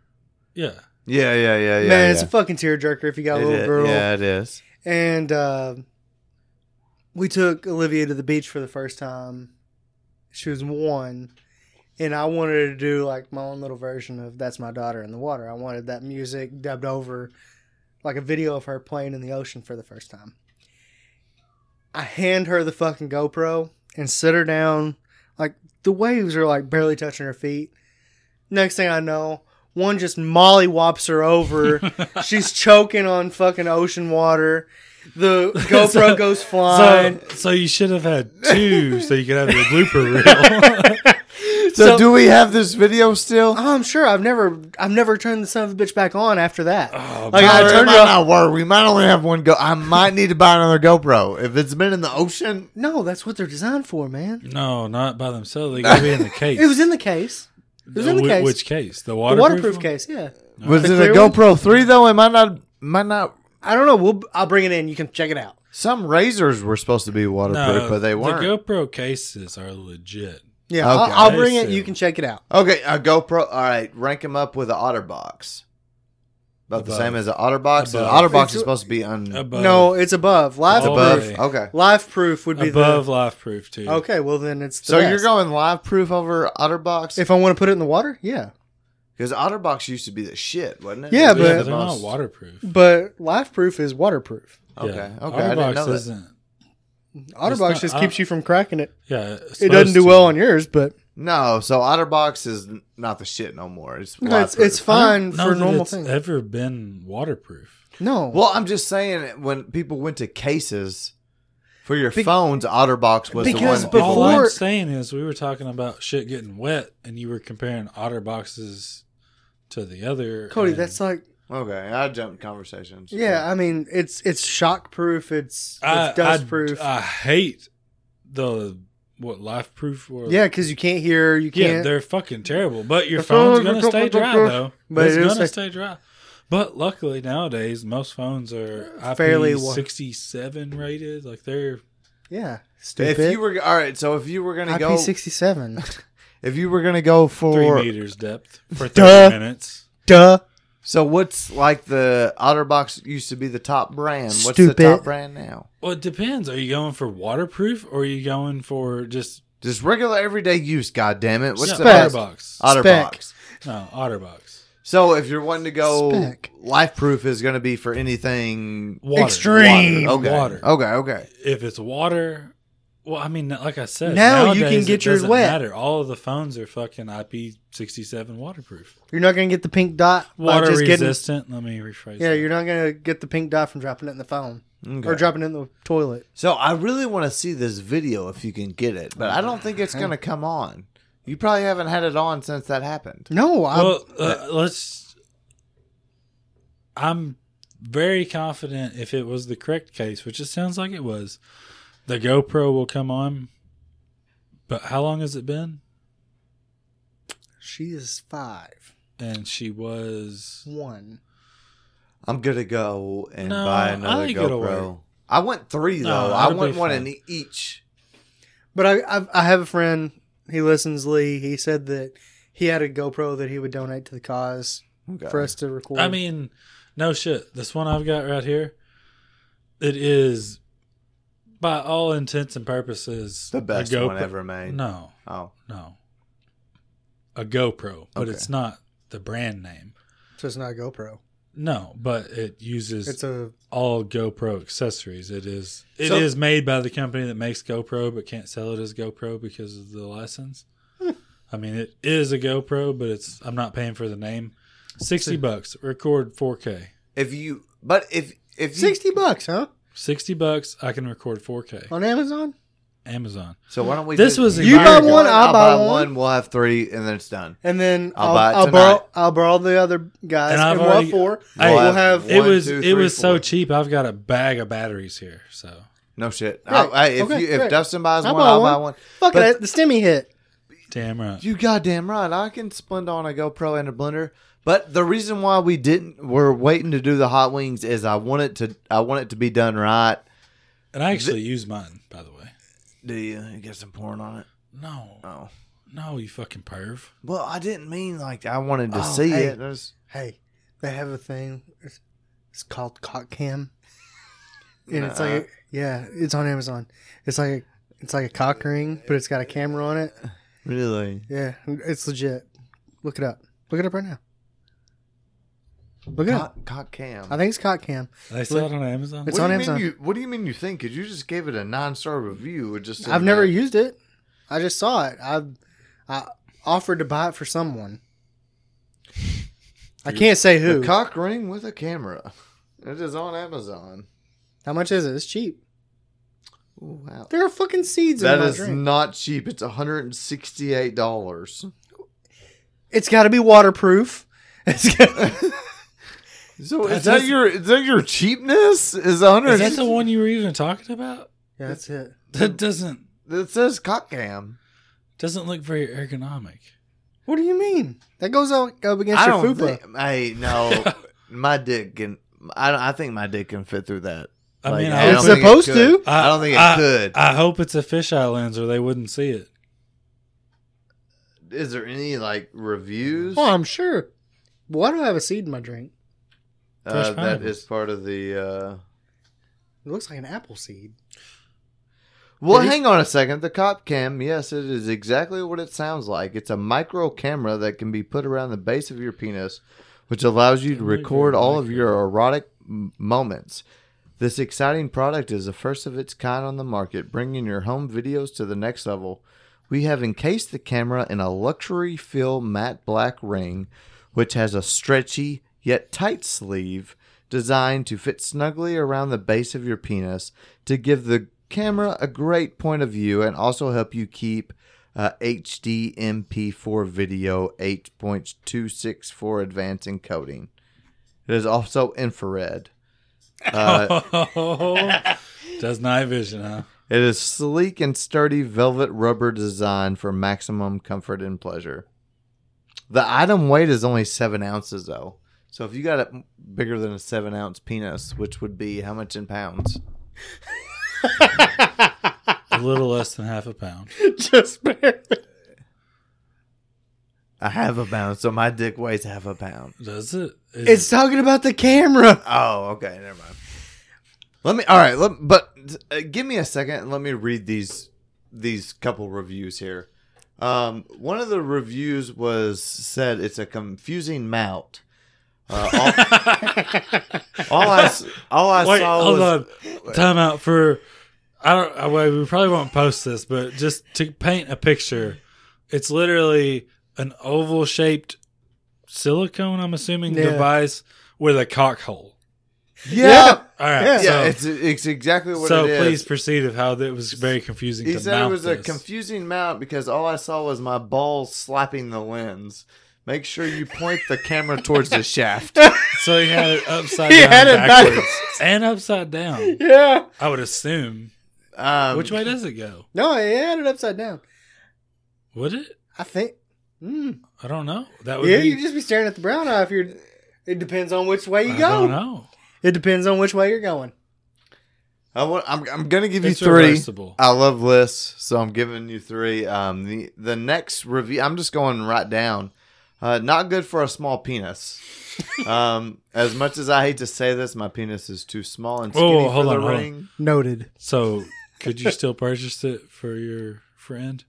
yeah.
Yeah, yeah, yeah, yeah.
Man, it's
yeah.
a fucking tearjerker if you got a
It
little
is-
girl.
Yeah, it is.
and uh, we took Olivia to the beach for the first time. She was one, and I wanted to do like my own little version of "That's My Daughter in the Water." I wanted that music dubbed over, like a video of her playing in the ocean for the first time. I hand her the fucking GoPro and sit her down. Like the waves are like barely touching her feet. Next thing I know, one just mollywops her over. She's choking on fucking ocean water. The GoPro
So-
goes flying.
So, so you should have had two, so you could have the
<laughs>
blooper reel.
So,
So-
do we have this video still?
Oh, I'm sure I've never I've never turned the son of a bitch back on after that.
Oh,
like I
Tyler, it
turned
might
it off.
not work. We might only have one go. I might need to buy another GoPro if it's been in the ocean.
No, that's what they're designed for, man.
no, not by themselves. They gotta be in the case.
<laughs> It was in the case. It was in the
Wh-
case.
Which case? The
The
waterproof,
waterproof
one?
case, yeah.
Was
The
it a
clear one?
GoPro three though? It might not. Might not.
I don't know. We'll I'll bring it in. You can check it out.
Some razors were supposed to be waterproof, but they weren't.
The GoPro cases are legit.
Yeah, I'll,
Okay.
I'll bring it.
So-
You can check it out.
okay, a GoPro. All right, rank them up with an OtterBox. About the
Above.
same as an OtterBox. The
Above.
OtterBox
It's-
is supposed to be un-
Above,
Mm. no, it's above live
It's
above.
Already.
Okay,
Live proof would be
above life proof too.
The, okay, well then it's the
so you're
best.
going live proof over OtterBox
If I want to put it in the water, yeah.
because OtterBox used to be the shit, wasn't it?
Yeah,
It
but
was
they're
but-
the
not
most-
waterproof.
But live proof is waterproof.
Okay,
yeah.
okay, I didn't
Otterbox
know that.
isn't.
OtterBox
not-
just
I-
keeps you from cracking it.
Yeah, it's
It doesn't
supposed
do
to.
well on yours, but
No, so OtterBox is n- not the shit no more. It's
No, it's,
waterproof.
it's
I
fine
don't know
for
that
normal
it's
things.
Ever been waterproof?
no,
Well, I'm just saying when people went to cases for your
Be-
phones, OtterBox was
Because
the one. that
All
people
before-
I'm
liked.
saying is, we were talking about shit getting wet, and you were comparing otter boxes to the other.
Cody,
and
that's like
okay, I jumped conversations.
yeah. I mean, it's it's shock proof. It's
I,
it's dust proof.
I, I hate the what life proof or
yeah, because you can't hear. You
Yeah,
can't.
they're fucking terrible. But your
The
phone's
phone's
gonna
gonna
stay
go-
dry
go-
though.
but
But it's
it'll
gonna
stay-
stay dry. But luckily nowadays most phones are
Fairly
IP
wa-
sixty seven rated. Like they're
yeah, stupid.
If you were all right, so if you were gonna go,
IP sixty <laughs> seven.
if you were gonna go
three
for,
meters depth for
<laughs> Duh.
thirty minutes.
Duh.
so what's like the OtterBox used to be the top brand? What's
Stupid.
the top brand now?
Well, it depends. Are you going for waterproof or are you going for just
Just regular everyday use. God damn it! What's
Yeah,
the
Spec.
best? Uh,
OtterBox?
OtterBox?
Spec.
No, OtterBox.
So if you're wanting to go,
Spec.
life proof is going to be for anything.
Water,
Extreme.
water,
Okay. Uh,
water.
Okay. Okay.
If it's water, well, I mean, like I said,
Now you can
nowadays
get
it
yours
doesn't
wet.
Matter. All of the phones are fucking IP sixty seven waterproof.
You're not gonna get the pink dot. by
water
just
resistant. Let me rephrase.
Getting, yeah,
that.
you're not gonna get the pink dot from dropping it in the phone.
Okay.
or dropping it in the toilet.
So I really want to see this video if you can get it, but I don't think it's going to come on. You probably haven't had it on since that happened.
No, I
Well, uh, let's. I'm very confident if it was the correct case, which it sounds like it was, the GoPro will come on. But how long has it been?
she is five
And she was.
one.
I'm going to go and
No,
buy
I
another
think it'll work.
GoPro. I want three
No,
though. I
it'll
want
be
one
fine.
in each.
But I, I I have a friend. He listens. Lee. He said that he had a GoPro that he would donate to the cause
Okay.
for us to record.
I mean, no shit. This one I've got right here. It is, by all intents and purposes,
the
a
best one
GoPro-
ever made.
No,
Oh,
no. A GoPro, but
Okay.
it's not the brand name.
so it's not a GoPro.
No, but it uses
It's a
all GoPro accessories. It is it is
So-
made by the company that makes GoPro but can't sell it as GoPro because of the license.
Hmm.
I mean, it is a GoPro, but it's I'm not paying for the name. Sixty bucks. Record 4K.
if you, but if if you,
sixty bucks, huh?
Sixty bucks. I can record 4K.
On Amazon.
Amazon.
so why don't we?
This
do-
was a
You
year
buy
ago.
one, I'll
I'll buy
buy one.
one. We'll have three, and then it's done.
And then
I'll
I'll
buy it
I'll,
tonight.
borrow I'll borrow the other guys
And
and,
I've
we'll
already-
have four.
Hey,
we'll have
it
one,
was
two,
it
three,
was so
four.
cheap. I've got a bag of batteries here. So
No shit. I,
Right.
I, if
Okay,
you, if
great.
Dustin buys
I'll
one,
buy
I'll
one.
buy one.
fuck
but-
it, the stimmy hit.
damn right.
You goddamn right. I can splend on a GoPro and a blender. But the reason why we didn't, we're waiting to do the hot wings is I want it to, I want it to be done right.
And I actually use mine, by the way.
Do you, you get some porn on it?
No,
Oh,
no, you fucking perv.
well, I didn't mean like I wanted to
Oh,
see
hey.
it. There's,
Hey, they have a thing. It's, it's called cock cam, and it's like a- yeah, it's on Amazon. It's like a- it's like a cock ring, but it's got a camera on it.
really,
Yeah, it's legit. Look it up. Look it up right now. Look it up.
cock, cock cam.
I think it's cock cam.
They sell it on Amazon.
It's
what
on
do you
Amazon.
Mean you, what do you mean you think? Because you just gave it a nine-star review. It just said
I've never
that.
used it. I just saw it. I I offered to buy it for someone. I can't say
a
who.
cock ring with a camera. <laughs> It is on Amazon.
How much is it? It's cheap.
Ooh, wow.
There are fucking seeds
That
in my
is
drink.
not cheap. It's $168.
it's got to be waterproof. <laughs> It's got-
So
That's-
is that
that's-
your is that your cheapness? Is a
Is
hundred?
that the one you were even talking about?
yeah, that's it.
That doesn't
It says cock cam.
doesn't look very ergonomic.
What do you mean? That goes out up against
I
your
don't.
fupa.
Think, hey,
<laughs>
no, my dick can. I don't, I think my dick can fit through that.
I
Like,
mean,
I
I,
don't
it's
hope,
think it
supposed
could.
to.
I-
I don't think it
I-
could.
I hope it's a fisheye lens, or they wouldn't see it.
Is there any like reviews?
Oh, I'm sure. Why do I have a seed in my drink?
Uh,
Fresh
that
pineapples.
is part of the. Uh...
It looks like an apple seed. <laughs>
Well,
Maybe-
hang on a second. The cop cam, yes, it is exactly what it sounds like. It's a micro camera that can be put around the base of your penis, which allows you to
Micro,
record all of
micro.
your erotic m- moments. This exciting product is the first of its kind on the market, bringing your home videos to the next level. We have encased the camera in a luxury fill matte black ring, which has a stretchy yet tight sleeve designed to fit snugly around the base of your penis to give the camera a great point of view and also help you keep uh, HD MP4 video 8.264 advanced encoding. It is also infrared. Uh,
<laughs> Does night vision, huh?
it is sleek and sturdy velvet rubber design for maximum comfort and pleasure. The item weight is only seven ounces, though. So if you got it bigger than a seven ounce penis, which would be how much in pounds?
A little less than half a pound.
Just barely.
A half a pound. So my dick weighs half a pound.
Does it? Is
It's talking about the camera.
Oh, okay, never mind. Let me. All right, let, but uh, give me a second. and Let me read these these couple reviews here. Um, one of the reviews was said it's a confusing mount. Uh,
<laughs>
all, all I s- all I
Wait,
saw
hold
was
on. Time out for. I don't. I, wait, we probably won't post this, but just to paint a picture, it's literally an oval-shaped silicone. I'm assuming
Yeah.
device with a cock hole.
yeah,
All right.
Yeah.
so,
yeah, it's it's exactly what
so
it is.
please proceed of how that was very confusing.
He
to
said it
mount
was a
this.
confusing mount because all I saw was my ball slapping the lens. Make sure you point the camera towards
<laughs>
the shaft.
So he had it upside
He
down
had it
backwards and upside down.
Yeah.
I would assume.
Um,
Which way does it go?
No, it had it upside down.
Would it?
I think. Mm.
I don't know. That would
Yeah,
be.
you just be staring at the brown eye if you're. It depends on which way you
I don't
go.
know.
It depends on which way you're going.
I want, I'm I'm gonna give you
It's
three.
reversible.
I love lists, so I'm giving you three. Um, the the next review, I'm just going right down. Uh, not good for a small
<laughs>
penis. um, as much as I hate to say this, my penis is too small and skinny
Whoa, whoa, hold
for
on,
the
hold on.
ring.
Noted.
So could you still purchase it for your friend?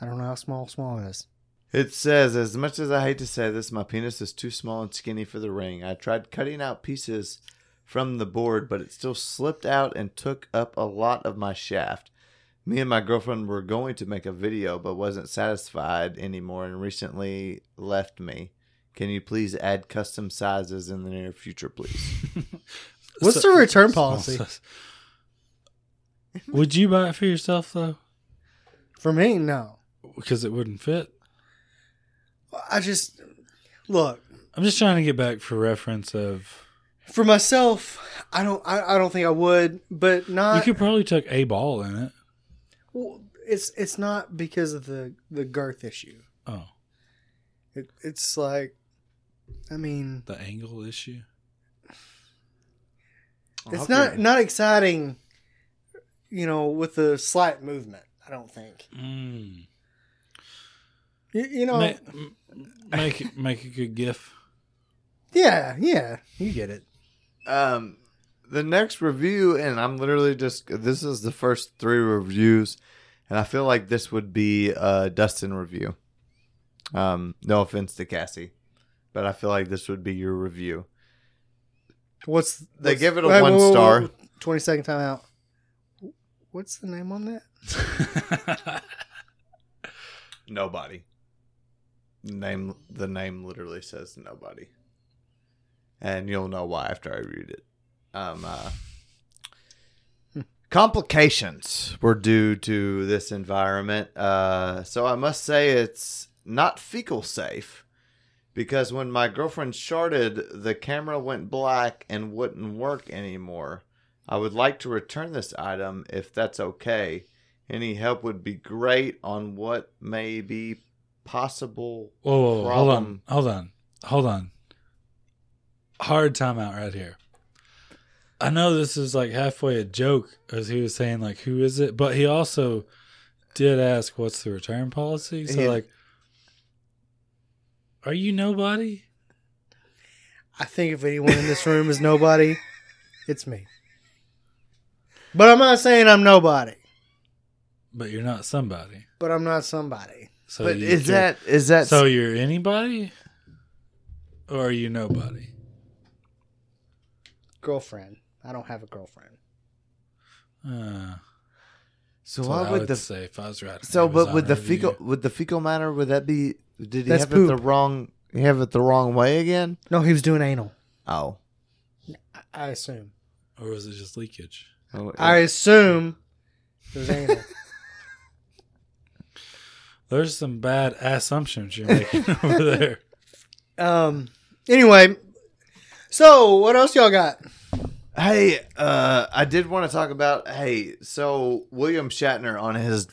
I don't know how small small is.
It says, as much as I hate to say this, my penis is too small and skinny for the ring. I tried cutting out pieces from the board, but it still slipped out and took up a lot of my shaft. Me and my girlfriend were going to make a video, but wasn't satisfied anymore and recently left me. Can you please add custom sizes in the near future, please?
What's
So-
the return policy
Would you buy it for yourself though?
for me? No,
Because it wouldn't fit.
I just look
I'm just trying to get back for reference of.
for myself. I don't. I, I don't think I would, but
You
not.
could probably tuck a ball in it.
well, it's it's not because of the the girth issue.
Oh,
It, it's like, I mean,
the angle issue.
it's not not exciting. You know, with the slight movement, I don't think.
Mm.
You, you know,
Ma- m- make it- make a good <laughs> gif.
yeah, yeah, you get it.
Um, the next review, and I'm literally just this is the first three reviews, and I feel like this would be a Dustin review. Um, no offense to Cassie, but I feel like this would be your review.
What's
They
what's-
give it a
Hey,
one
whoa, whoa,
star.
whoa. Twenty second time out. What's the name on that?
Nobody. Name the name literally says nobody, and you'll know why after I read it. Um, uh, complications were due to this environment, uh, so I must say it's not fecal safe because when my girlfriend sharted, the camera went black and wouldn't work anymore. I would like to return this item if that's okay. Any help would be great on what may be possible.
Whoa, whoa, whoa, hold on,
Problem.
hold on, hold on. Hard timeout right here. I know this is like halfway a joke, as he was saying, like, who is it? But he also did ask, what's the return policy? So,
Yeah.
like, are you nobody?
I think if anyone in this room is <laughs> nobody, it's me. But I'm not saying I'm nobody,
But you're not somebody.
but I'm not somebody.
So
but
you
is
could-
that is that
so you're anybody, or are you nobody?
Girlfriend. I don't have a girlfriend.
Uh,
so?
that's what
Why
I
would
would
the
say if I was writing?
so?
an Amazon
But with the
review.
fecal with the fecal matter, would that be? Did he
That's
have it the wrong? He have it the wrong way again?
No, he was doing anal.
Oh,
I, I assume.
or was it just leakage?
Oh,
I assume it was anal.
There's some bad assumptions
<laughs>
you're making <laughs> over there.
<laughs> um. Anyway, so what else y'all got?
Hey, uh, I did want to talk about. Hey, so William Shatner on his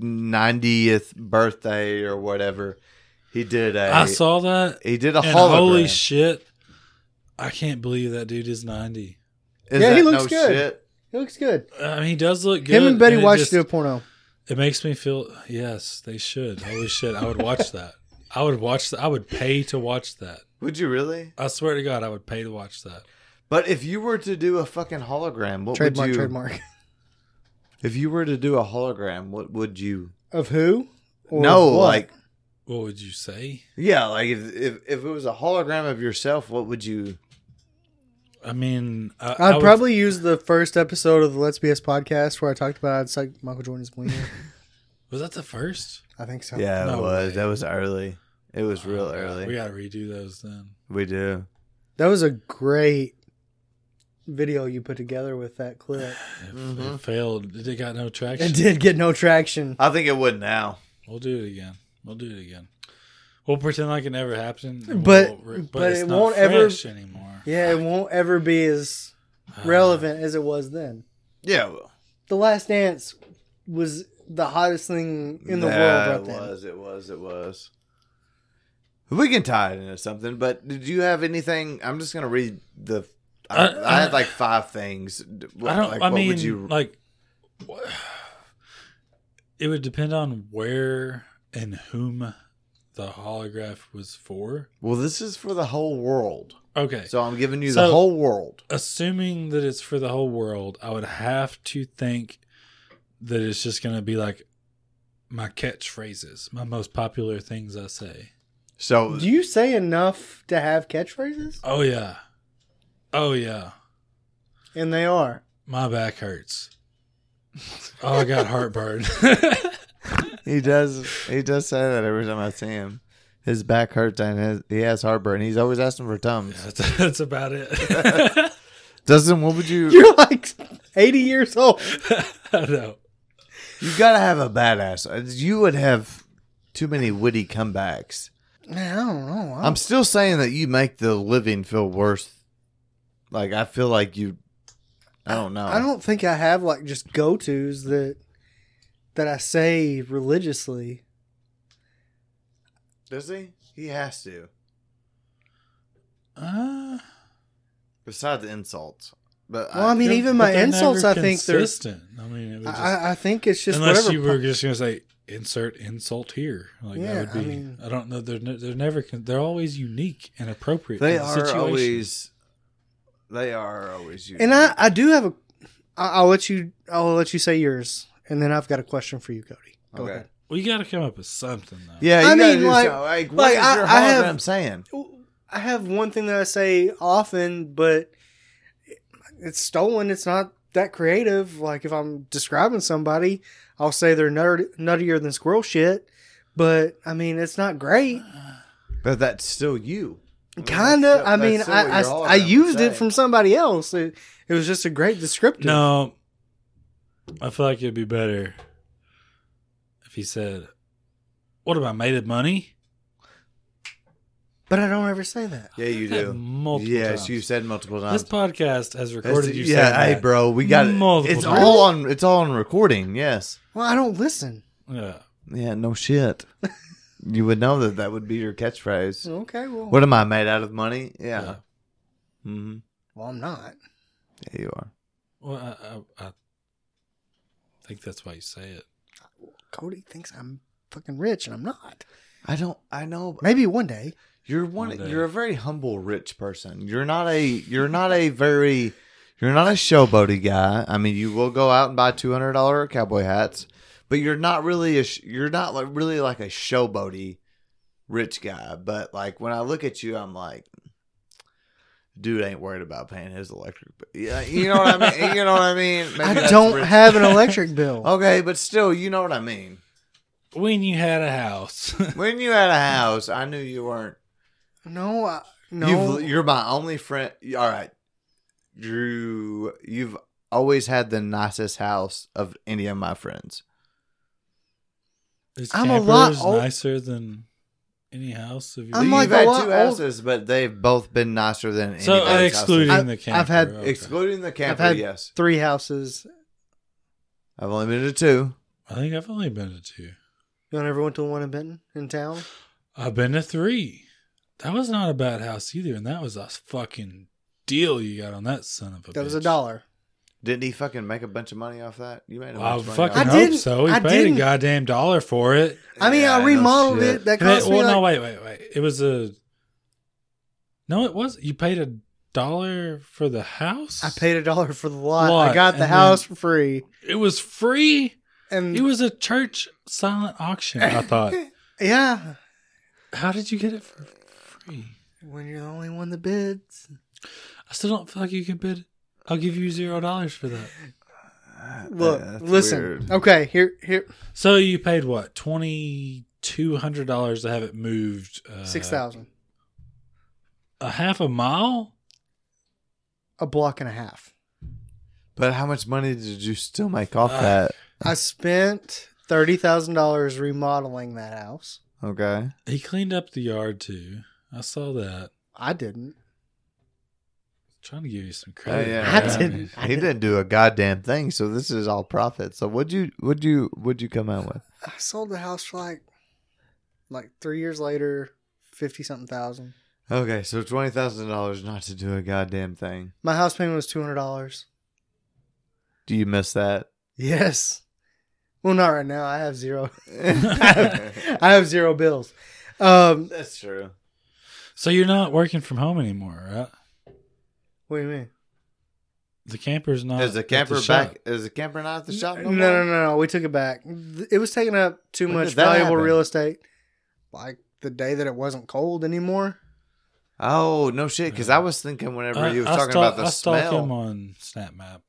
90th birthday or whatever, he did a
I saw that.
he did a
and
hologram.
holy shit. I can't believe that dude is 90.
Is
Yeah, he
that
looks
no
good.
shit?
It looks good.
I mean, he does look good.
Him and Betty
it
White
just-
should do a porno.
It makes me feel, yes, they should. Holy shit. I would
<laughs>
watch that. I would watch that. I would pay to watch that.
Would you really?
I swear to God, I would pay to watch that.
But if you were to do a fucking hologram, what
Trademark,
would you?
trademark. <laughs>
If you were to do a hologram, what would you?
Of who? Or
no,
what?
like
What would you say?
yeah, like if, if if it was a hologram of yourself, what would you?
I mean, I,
I'd
I would-
probably use the first episode of the Let's BS podcast where I talked about I'd suck Michael Jordan's wiener.
Was that the first?
I think so.
Yeah,
No
it was
way.
that was early. It was real
Oh, God.
early.
We got to redo those then.
we do.
That was a great video you put together with
<sighs>
that clip.
It,
Mhm.
it failed. It got no traction.
It Mm-hmm. did get no traction.
I think it would now.
We'll do it again. We'll do it again. We'll pretend like it never happened. and
But-
we'll- but,
but
it's
it
not
won't ever-
fresh anymore.
Yeah, it won't ever be as
Uh,
relevant as it was then.
Yeah, it will.
The Last Dance was the hottest thing in the
Yeah,
world right
it
then.
was. It was. It was. We can tie it into something, but did you have anything? I'm just gonna read the. I,
Uh,
I had
uh,
like five things.
I don't.
Like,
I
what
mean,
would you?
like, wha- it would depend on where and whom the holograph was for.
Well, this is for the whole world,
Okay,
so I'm giving you the
So-
whole world.
assuming that it's for the whole world, I would have to think that it's just going to be like my catchphrases, my most popular things I say.
So
Do you say enough to have catchphrases?
Oh yeah, oh yeah.
And they are. <laughs>
My back hurts. Oh, I got heartburn. <laughs>
he does. He does say that every time I see him. His back hurts and his, he has heartburn. He's always asking for tums.
that's, that's about it. <laughs> I
Dustin, what would you?
<laughs> You're like 80 years old.
know.
You gotta have a badass. Uh, You would have too many witty comebacks.
Man, I don't know. I'm,
I'm still saying that you make the living feel worse. Like I feel like you. I don't know.
I don't think I have like just go tos that that I say religiously.
Does he? He has to.
Uh,
Besides the insults, but
Well, I mean, even my insults, I think they're.
consistent. I mean, it was just,
I, I think it's just
unless
whatever.
you were just gonna say insert insult here, like
Yeah,
that would
I
be. I,
mean-
don't know. They're ne- they're never. con- They're always unique and appropriate.
they
to the
are
situation.
always. They are always you.
and I, I do have a. I, I'll let you. I'll let you say yours, and then I've got a question for you, Cody. Go
Okay.
ahead.
We got to come up with something though.
Yeah, you
I
gotta
mean,
do
like-
something. like, what
like,
is
I-
your
I
holiday
have-
I'm saying.
I have one thing that I say often, but it's stolen. It's not that creative. Like if I'm describing somebody, I'll say they're nerd, nuttier than squirrel shit. But I mean, it's not great.
Uh,
But that's still you.
Kind
that's still-
of. I mean,
that's still what
I,
your
I, I
hologram would
used it
say.
from somebody else. It, it was just a great descriptor.
No, I feel like it'd be better if he said, "What have I made of money?"
But I don't ever say that.
Yeah, you
That
do.
multiple.
Yes,
times.
you said multiple times.
This podcast
That's-
has recorded you.
yeah,
saying
hey,
that.
bro, we got it.
Multiple
It's
times.
all on. It's all on recording. Yes.
Well, I don't listen.
Yeah.
Yeah. No shit. you would know that that would be your catchphrase.
Okay, well,
What am I made out of money? Yeah.
Yeah.
Mm-hmm.
well, I'm not.
Yeah, you are.
Well, I, I, I think that's why you say it.
Cody thinks I'm fucking rich, and I'm not.
I don't. I know. but
Maybe one day.
You're one.
One day.
you're a very humble, rich person. You're not a. You're not a very. You're not a showboaty guy. I mean, you will go out and buy two hundred dollar cowboy hats, but you're not really a. sh- You're not like really like a showboaty, rich guy. But like when I look at you, I'm like, dude ain't worried about paying his electric. bill. Yeah, you know what I mean. You know what I mean. Maybe
<laughs> I
that's
don't
rich. Oh. <laughs>
have an electric bill.
Okay, but still, you know what I mean.
When you had a house. <laughs>
When you had a house, I knew you weren't
No, I, no.
You've, you're my only friend. All right, Drew. You've always had the nicest house of any of my friends.
Is
I'm a lot
campers
ol-
nicer than any house of
I'm
You've
yours?
like oh, a
had
lot
two
old-
houses, but they've both been nicer than
so uh,
anybody's
excluding
I've-
the camper.
I've had
okay.
Houses. Excluding the camper,
had-
yes.
three houses.
I've only been to two.
I think I've only been to two.
You ever went to one in Benton in town?
I've been to three. That was not a bad house either, and that was a fucking deal you got on that son
Oh,
of a.
That was a
bitch.
dollar.
Didn't he fucking make a bunch of money off that? You made a
Well, I
bunch of money.
fucking
off
I
hope
didn't-
so. He
I
paid
didn't-
a goddamn dollar for it.
I mean,
Yeah,
I
no
remodeled
shit.
it. That
And it-
cost me
well,
like,
no, wait, wait, wait. It was a. No, it was. You paid a dollar for the house.
I paid a dollar for the lot. I
Lot,
got the
and
house
then-
for free,
It was free.
and
It was a church silent auction. I
<laughs>
thought.
yeah,
How did you get it for free?
when you're the only one that bids,
I still don't feel like you can bid. I'll give you zero dollars for that.
look,
that's
listen,
weird.
okay, here, here,
So you paid what twenty two hundred dollars to have it moved uh,
six thousand.
a half a mile.
a block and a half.
But how much money did you still make off
Fuck.
that?
I spent thirty thousand dollars remodeling that house.
Okay.
He cleaned up the yard too. I saw that.
I didn't.
trying to give you some credit.
Oh, yeah.
man.
I
didn't. I
He didn't do a goddamn thing, so this is all profit. So what'd you would you would you come out with?
I sold the house for like like three years later, fifty something thousand.
Okay, so twenty thousand dollars not to do a goddamn thing.
My house payment was two hundred dollars.
Do you miss <laughs> that?
Yes. Well, not right now. I have zero. <laughs>
<laughs>
I have zero bills. Um,
That's true.
So you're not working from home anymore, right?
what do you mean?
The camper's not.
Is the
Uh, at
camper
shop.
back? Is the camper not at the shop? No,
No, no,
more?
no, no. We took it back. Th- It was taking up too
When
much
did that
valuable
happen?
real estate. Like the day that it wasn't cold anymore.
Oh no shit! Because I was thinking whenever
I,
you were
I
talking
stalk-
about the
I stalk
smell.
him on Snap Map.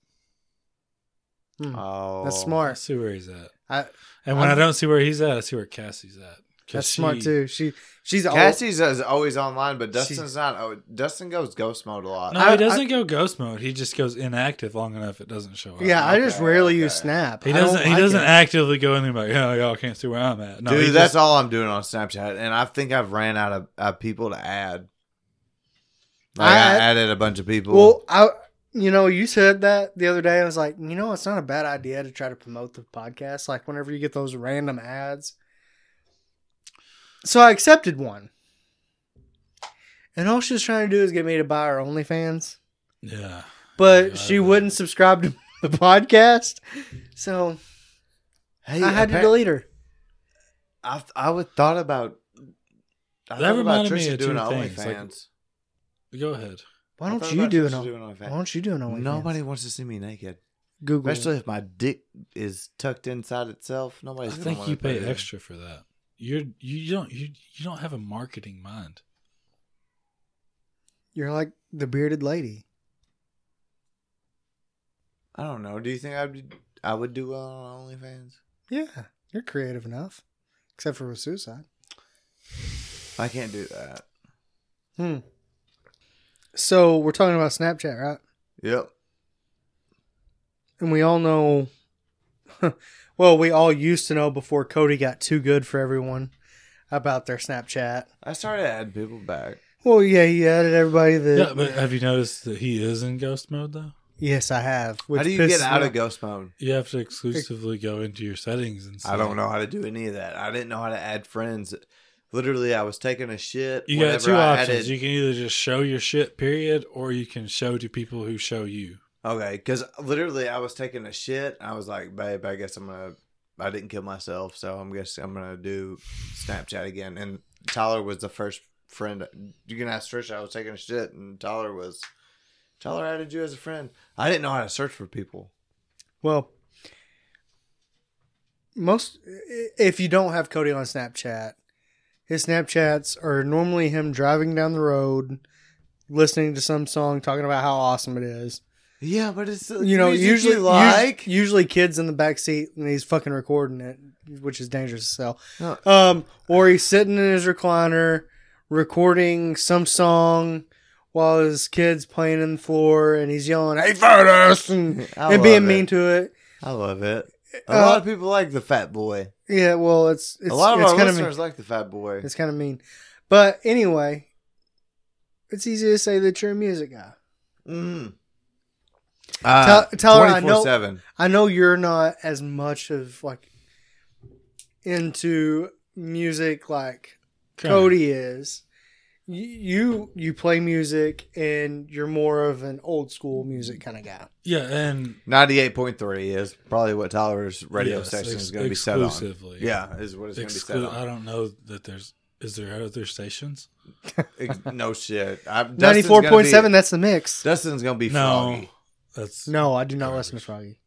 Hmm.
Oh,
That's
I
smart.
see where he's at.
I,
And when I'm, I
I'm-
do not see where he's at, I see where Cassie's at. 'Cause
that's smart
she-
too. She she's all-
Cassie's is always online, but
She-
Dustin's not. Oh, Dustin goes ghost mode a lot.
No,
I-
he doesn't go ghost mode. He just goes inactive long enough. It doesn't show up.
Yeah, I just
Okay,
rarely use
okay.
Snap.
He
I don't
doesn't. He
like
doesn't
it.
actively go in there like, oh, y'all can't see where I'm at. No,
Dude,
he
that's
just-
all I'm doing on Snapchat, and I think I've ran out of uh, people to add. Like I,
I-
added a bunch of people.
Well, I you know you said that the other day. I was like, you know, it's not a bad idea to try to promote the podcast. Like whenever you get those random ads. So I accepted one, and all she was trying to do is get me to buy her OnlyFans,
yeah.
but
Yeah, I
she
know.
wouldn't subscribe to <laughs> the podcast, so
hey,
I had to
appar-
delete her.
I I would thought about. I
That
thought about
reminded me
Trisha
of
doing
two
an
things,
OnlyFans.
like, Go ahead.
Why
I
don't
thought
you
about
do
Trisha
an? O-
doing OnlyFans.
Why don't you do an OnlyFans?
Nobody wants to see me naked,
Google. it.
especially if my dick is tucked inside itself.
I
Nobody's. gonna
think
wanna
you pay
put it.
extra for that. You're you don't you you don't have a marketing mind.
You're like the bearded lady.
I don't know. Do you think I would? I would do well on OnlyFans.
Yeah, you're creative enough, except for with suicide.
I can't do that.
Hmm. So we're talking about Snapchat, right?
Yep.
And we all know, <laughs> well, we all used to know before Cody got too good for everyone about their Snapchat.
I started to add people back.
Well, yeah, he added everybody that.
Yeah, but have you noticed that he is in ghost mode though?
yes, I have.
How
which
do you get
pisses
out
me
of ghost mode?
You have to exclusively go into your settings and.
I don't know how to do any of that. I didn't know how to add friends. Literally, I was taking a shit.
You
whenever
got two
I
options.
added-
You can either just show your shit, period, or you can show to people who show you.
okay, because literally, I was taking a shit. I was like, babe, I guess I'm gonna. I didn't kill myself, so I'm guess I'm gonna do Snapchat again. And Tyler was the first friend. You can ask Trisha. I was taking a shit, and Tyler was. Tyler added you as a friend. I didn't know how to search for people.
Well, most i- if you don't have Cody on Snapchat, his Snapchats are normally him driving down the road, listening to some song, talking about how awesome it is.
Yeah, but it's uh,
You know,
music you
usually
like
us- usually kids in the back seat and he's fucking recording it, which is dangerous as hell.
No.
Um, or he's sitting in his recliner recording some song while his kid's playing in the floor and he's yelling, "Hey, Furnace!" <laughs> and,
I
and being
love
mean
it.
to it.
I love it. A
Uh,
lot of people like the Fat Boy.
Yeah, well, it's it's,
a lot of
it's
our
kind
listeners
mean.
like the Fat Boy.
It's kind of mean, but anyway, it's easy to say that you're a music guy.
Mm. Uh,
Tell- tell her I know-
24/7.
I know you're not as much of like into music like Cody is. Y- You you play music and you're more of an old school music kind of guy.
Yeah, and
98.3 is probably what Tyler's radio
yes,
station
ex-
is going to be set on.
exclusively.
Yeah, is what it's going
Exclu-
to be set
I
on.
don't know that there's. Is there other stations? <laughs>
Ex- no shit. I'm,
Ninety
Dustin's
four
gonna
point seven.
be-
That's the mix.
Dustin's going to be
No,
froggy.
that's
No, I do not listen to
Garbage.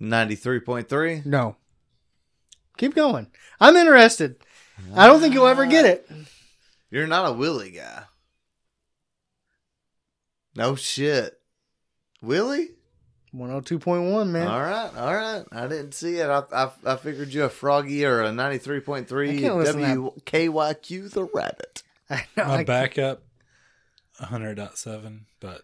Froggy.
93.3.
No. Keep going. I'm interested. I don't think you'll ever get it.
You're not a Willie guy. No shit. Willie?
One hundred two point one, man.
All right, all right. I didn't see it. I, I, I figured you a froggy or a ninety three point
I
three
can't listen to that.
WKYQ the rabbit.
<laughs> I know,
my
I-
backup, 100.7, but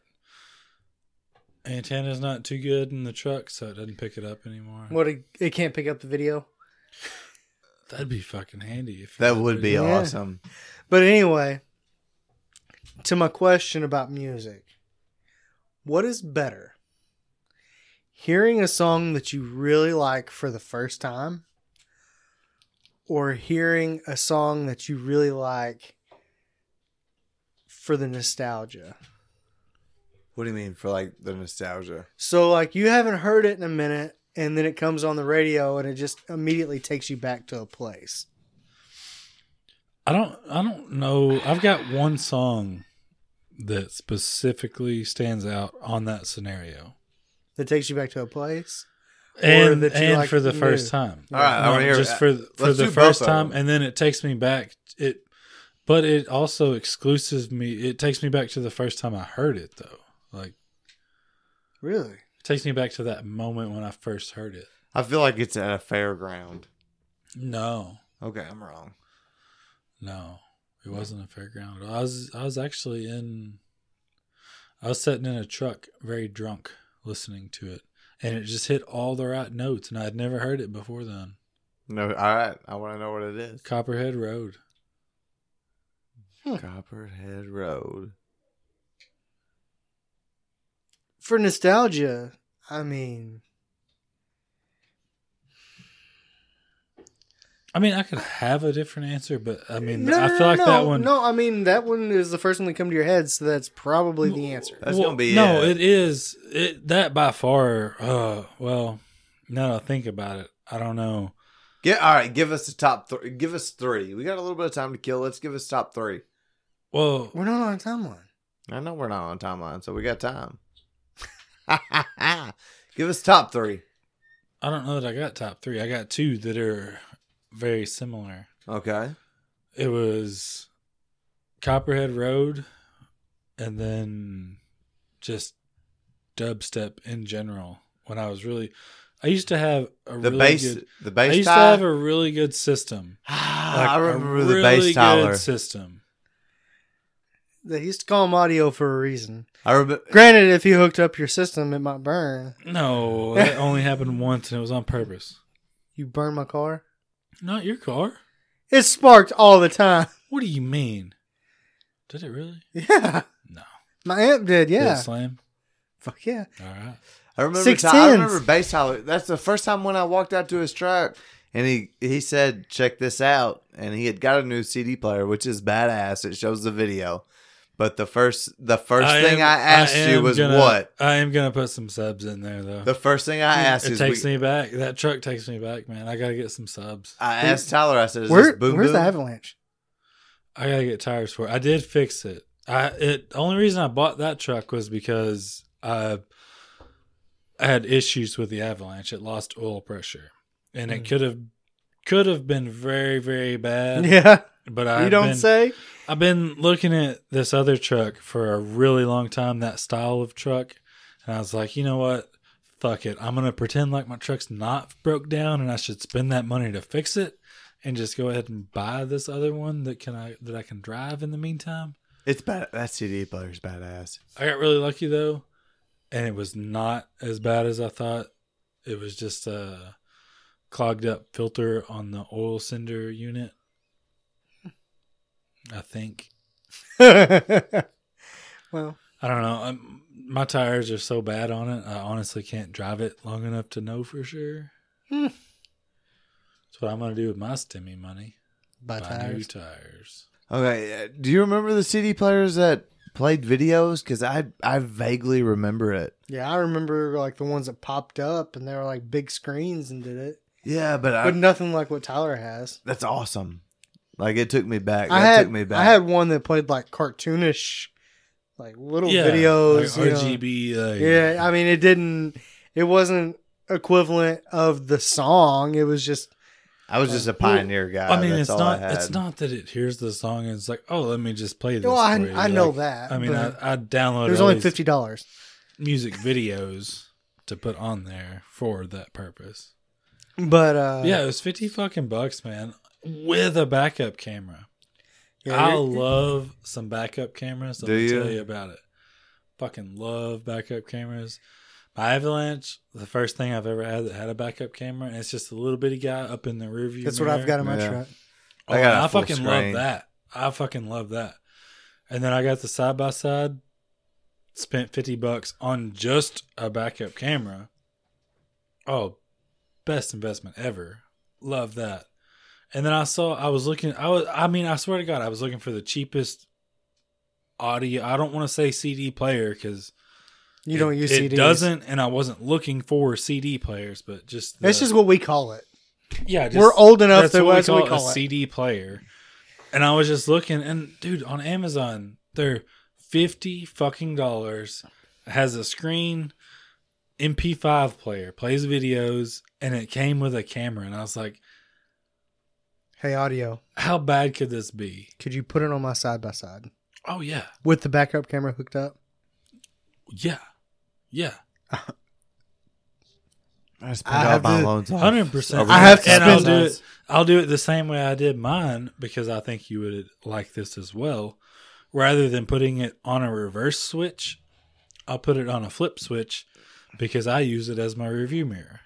Antenna's not too good in the truck, so it doesn't pick it up anymore.
What it, it can't pick up the video.
That'd be fucking handy. If
That would be
Yeah.
awesome.
But anyway, to my question about music, what is better? Hearing a song that you really like for the first time, or hearing a song that you really like for the nostalgia?
What do you mean for like the nostalgia?
So, like, you haven't heard it in a minute, and then it comes on the radio and it just immediately takes you back to a place.
I don't I don't know. I've got one song that specifically stands out on that scenario.
That takes you back to a place.
And,
that you
and
like
for the
new.
first time.
All right, I
Not
wanna hear-
just for for
let's do
the
both
first
of
time
them.
and then it takes me back it but it also exclusives me it takes me back to the first time I heard it though. Like
Really?
it takes me back to that moment when I first heard it.
I feel like it's at a fairground.
No.
Okay, I'm wrong.
No, it wasn't a fairground. at all. I was I was actually in. I was sitting in a truck, very drunk, listening to it, and it just hit all the right notes, and I had never heard it before then.
No, all right. I want to know what it is.
Copperhead Road.
Copperhead Road.
for nostalgia, I mean,
I mean, I could have a different answer, but I mean,
no,
I feel
no, no,
like
no,
that one.
No, I mean that one is the first one that come to your head, so that's probably the answer.
That's gonna be
no.
it.
It is it that by far. Uh, well, now that I think about it, I don't know.
Get all right. Give us the top three. Give us three. We got a little bit of time to kill. Let's give us top three.
Well,
We're not on a timeline.
I know we're not on timeline, so we got time. <laughs> give us top three.
I don't know that I got top three. I got two that are very similar.
Okay.
It was Copperhead Road and then just dubstep in general. When I was really I used to have a
The
really
bass.
good
the
I
bass
used to have
tie.
a really good system.
<sighs>
Like,
I
a
remember the
really
bass
good
Tyler.
system.
They used to call them audio for a reason.
I remember.
Granted, if you hooked up your system, it might burn.
<laughs>
No, that only happened once and it was on purpose.
You burn my car.
Not your car.
It sparked all the time. <laughs>
What do you mean? Did it really?
Yeah,
No.
my amp did.
Did it
Yeah,
slam?
fuck yeah.
All right.
I remember.
Six
Ty- I
tens.
remember bass Tyler. That's the first time when I walked out to his truck, and he he said, "Check this out," and he had got a new CD player, which is badass. It shows the video, but the first the first
I
thing
am-
I asked you
am
was
gonna-
what.
I am gonna put some subs in there though.
The first thing I asked
It
is,
takes
we-
me back. That truck takes me back, man. I gotta get some subs.
I asked Tyler. I said, "Is
Where,
this boom
where's
boom?"
the avalanche? <laughs>
I gotta get tires for it. I did fix it. I it the only reason I bought that truck was because I I had issues with the avalanche. It lost oil pressure. And it
Mm.
could have could have been very, very
<laughs>
bad.
Yeah,
But I've
you don't
been,
say.
I've been looking at this other truck for a really long time, that style of truck, and I was like, you know what? Fuck it. I'm gonna pretend like my truck's not broke down, and I should spend that money to fix it, and just go ahead and buy this other one that can I that I can drive in the meantime.
It's bad. That CD player's badass.
I got really lucky though, and it was not as bad as I thought. It was just a clogged up filter on the oil cinder unit. I think
well,
I don't know. I'm, my tires are so bad on it. I honestly can't drive it long enough to know for sure.
Hmm.
That's what I'm gonna do with my stimmy money.
by
buy new
tires.
tires.
Okay, uh, do you remember the CD players that played videos? Because I I vaguely remember it.
Yeah, I remember like the ones that popped up and they were like big screens and did it,
Yeah, but I,
but nothing like what Tyler has.
That's awesome. Like it took me back.
I
that
had
took me back.
I had one that played like cartoonish, like little videos.
like
you know.
RGB. Like,
Yeah, I mean, it didn't. It wasn't equivalent of the song. It was just
I was just a pioneer guy.
I mean,
that's
it's
all
not.
I had.
it's not that it hears the song and it's like, oh, let me just play this.
Well, I-
for you.
I know
Like,
that,
I mean, I,
but
I downloaded.
it was
all
only
these
fifty dollars.
music videos to put on there for that purpose.
But uh,
yeah, it was fifty fucking bucks, man, with a backup camera.
yeah,
I
you're-
love some backup cameras. Let
Do
me
you?
tell you about it. Fucking love backup cameras. My Avalanche, the first thing I've ever had that had a backup camera, and it's just a little bitty guy up in the rearview.
That's what I've
mirror.
got in my
Yeah.
truck.
Oh,
I
I,
got a
I
full
fucking
screen.
love that. I fucking love that. And then I got the side by side. Spent fifty bucks on just a backup camera. Oh, best investment ever. Love that. And then I saw I was looking. I was. I mean, I swear to God, I was looking for the cheapest audio. I don't want to say CD player because
You don't use
it
CDs.
doesn't, and I wasn't looking for CD players, but just
That's
the-
just what we call it.
yeah.
We're old enough
that's
that
what we
that's
call,
what we call
a
it.
CD player. And I was just looking, and dude, on Amazon, they're fifty fucking dollars. Has a screen, MP5 player, plays videos, and it came with a camera. And I was like,
Hey, audio,
how bad could this be?
could you put it on my side by side
Oh yeah,
with the backup camera hooked up?
yeah, yeah,
I just
I
paid all
have
my
to-
loans off.
hundred percent.
Over
I have to
and I'll
spend-
do it. I'll do it the same way I did mine because I think you would like this as well. Rather than putting it on a reverse switch, I'll put it on a flip switch because I use it as my review mirror.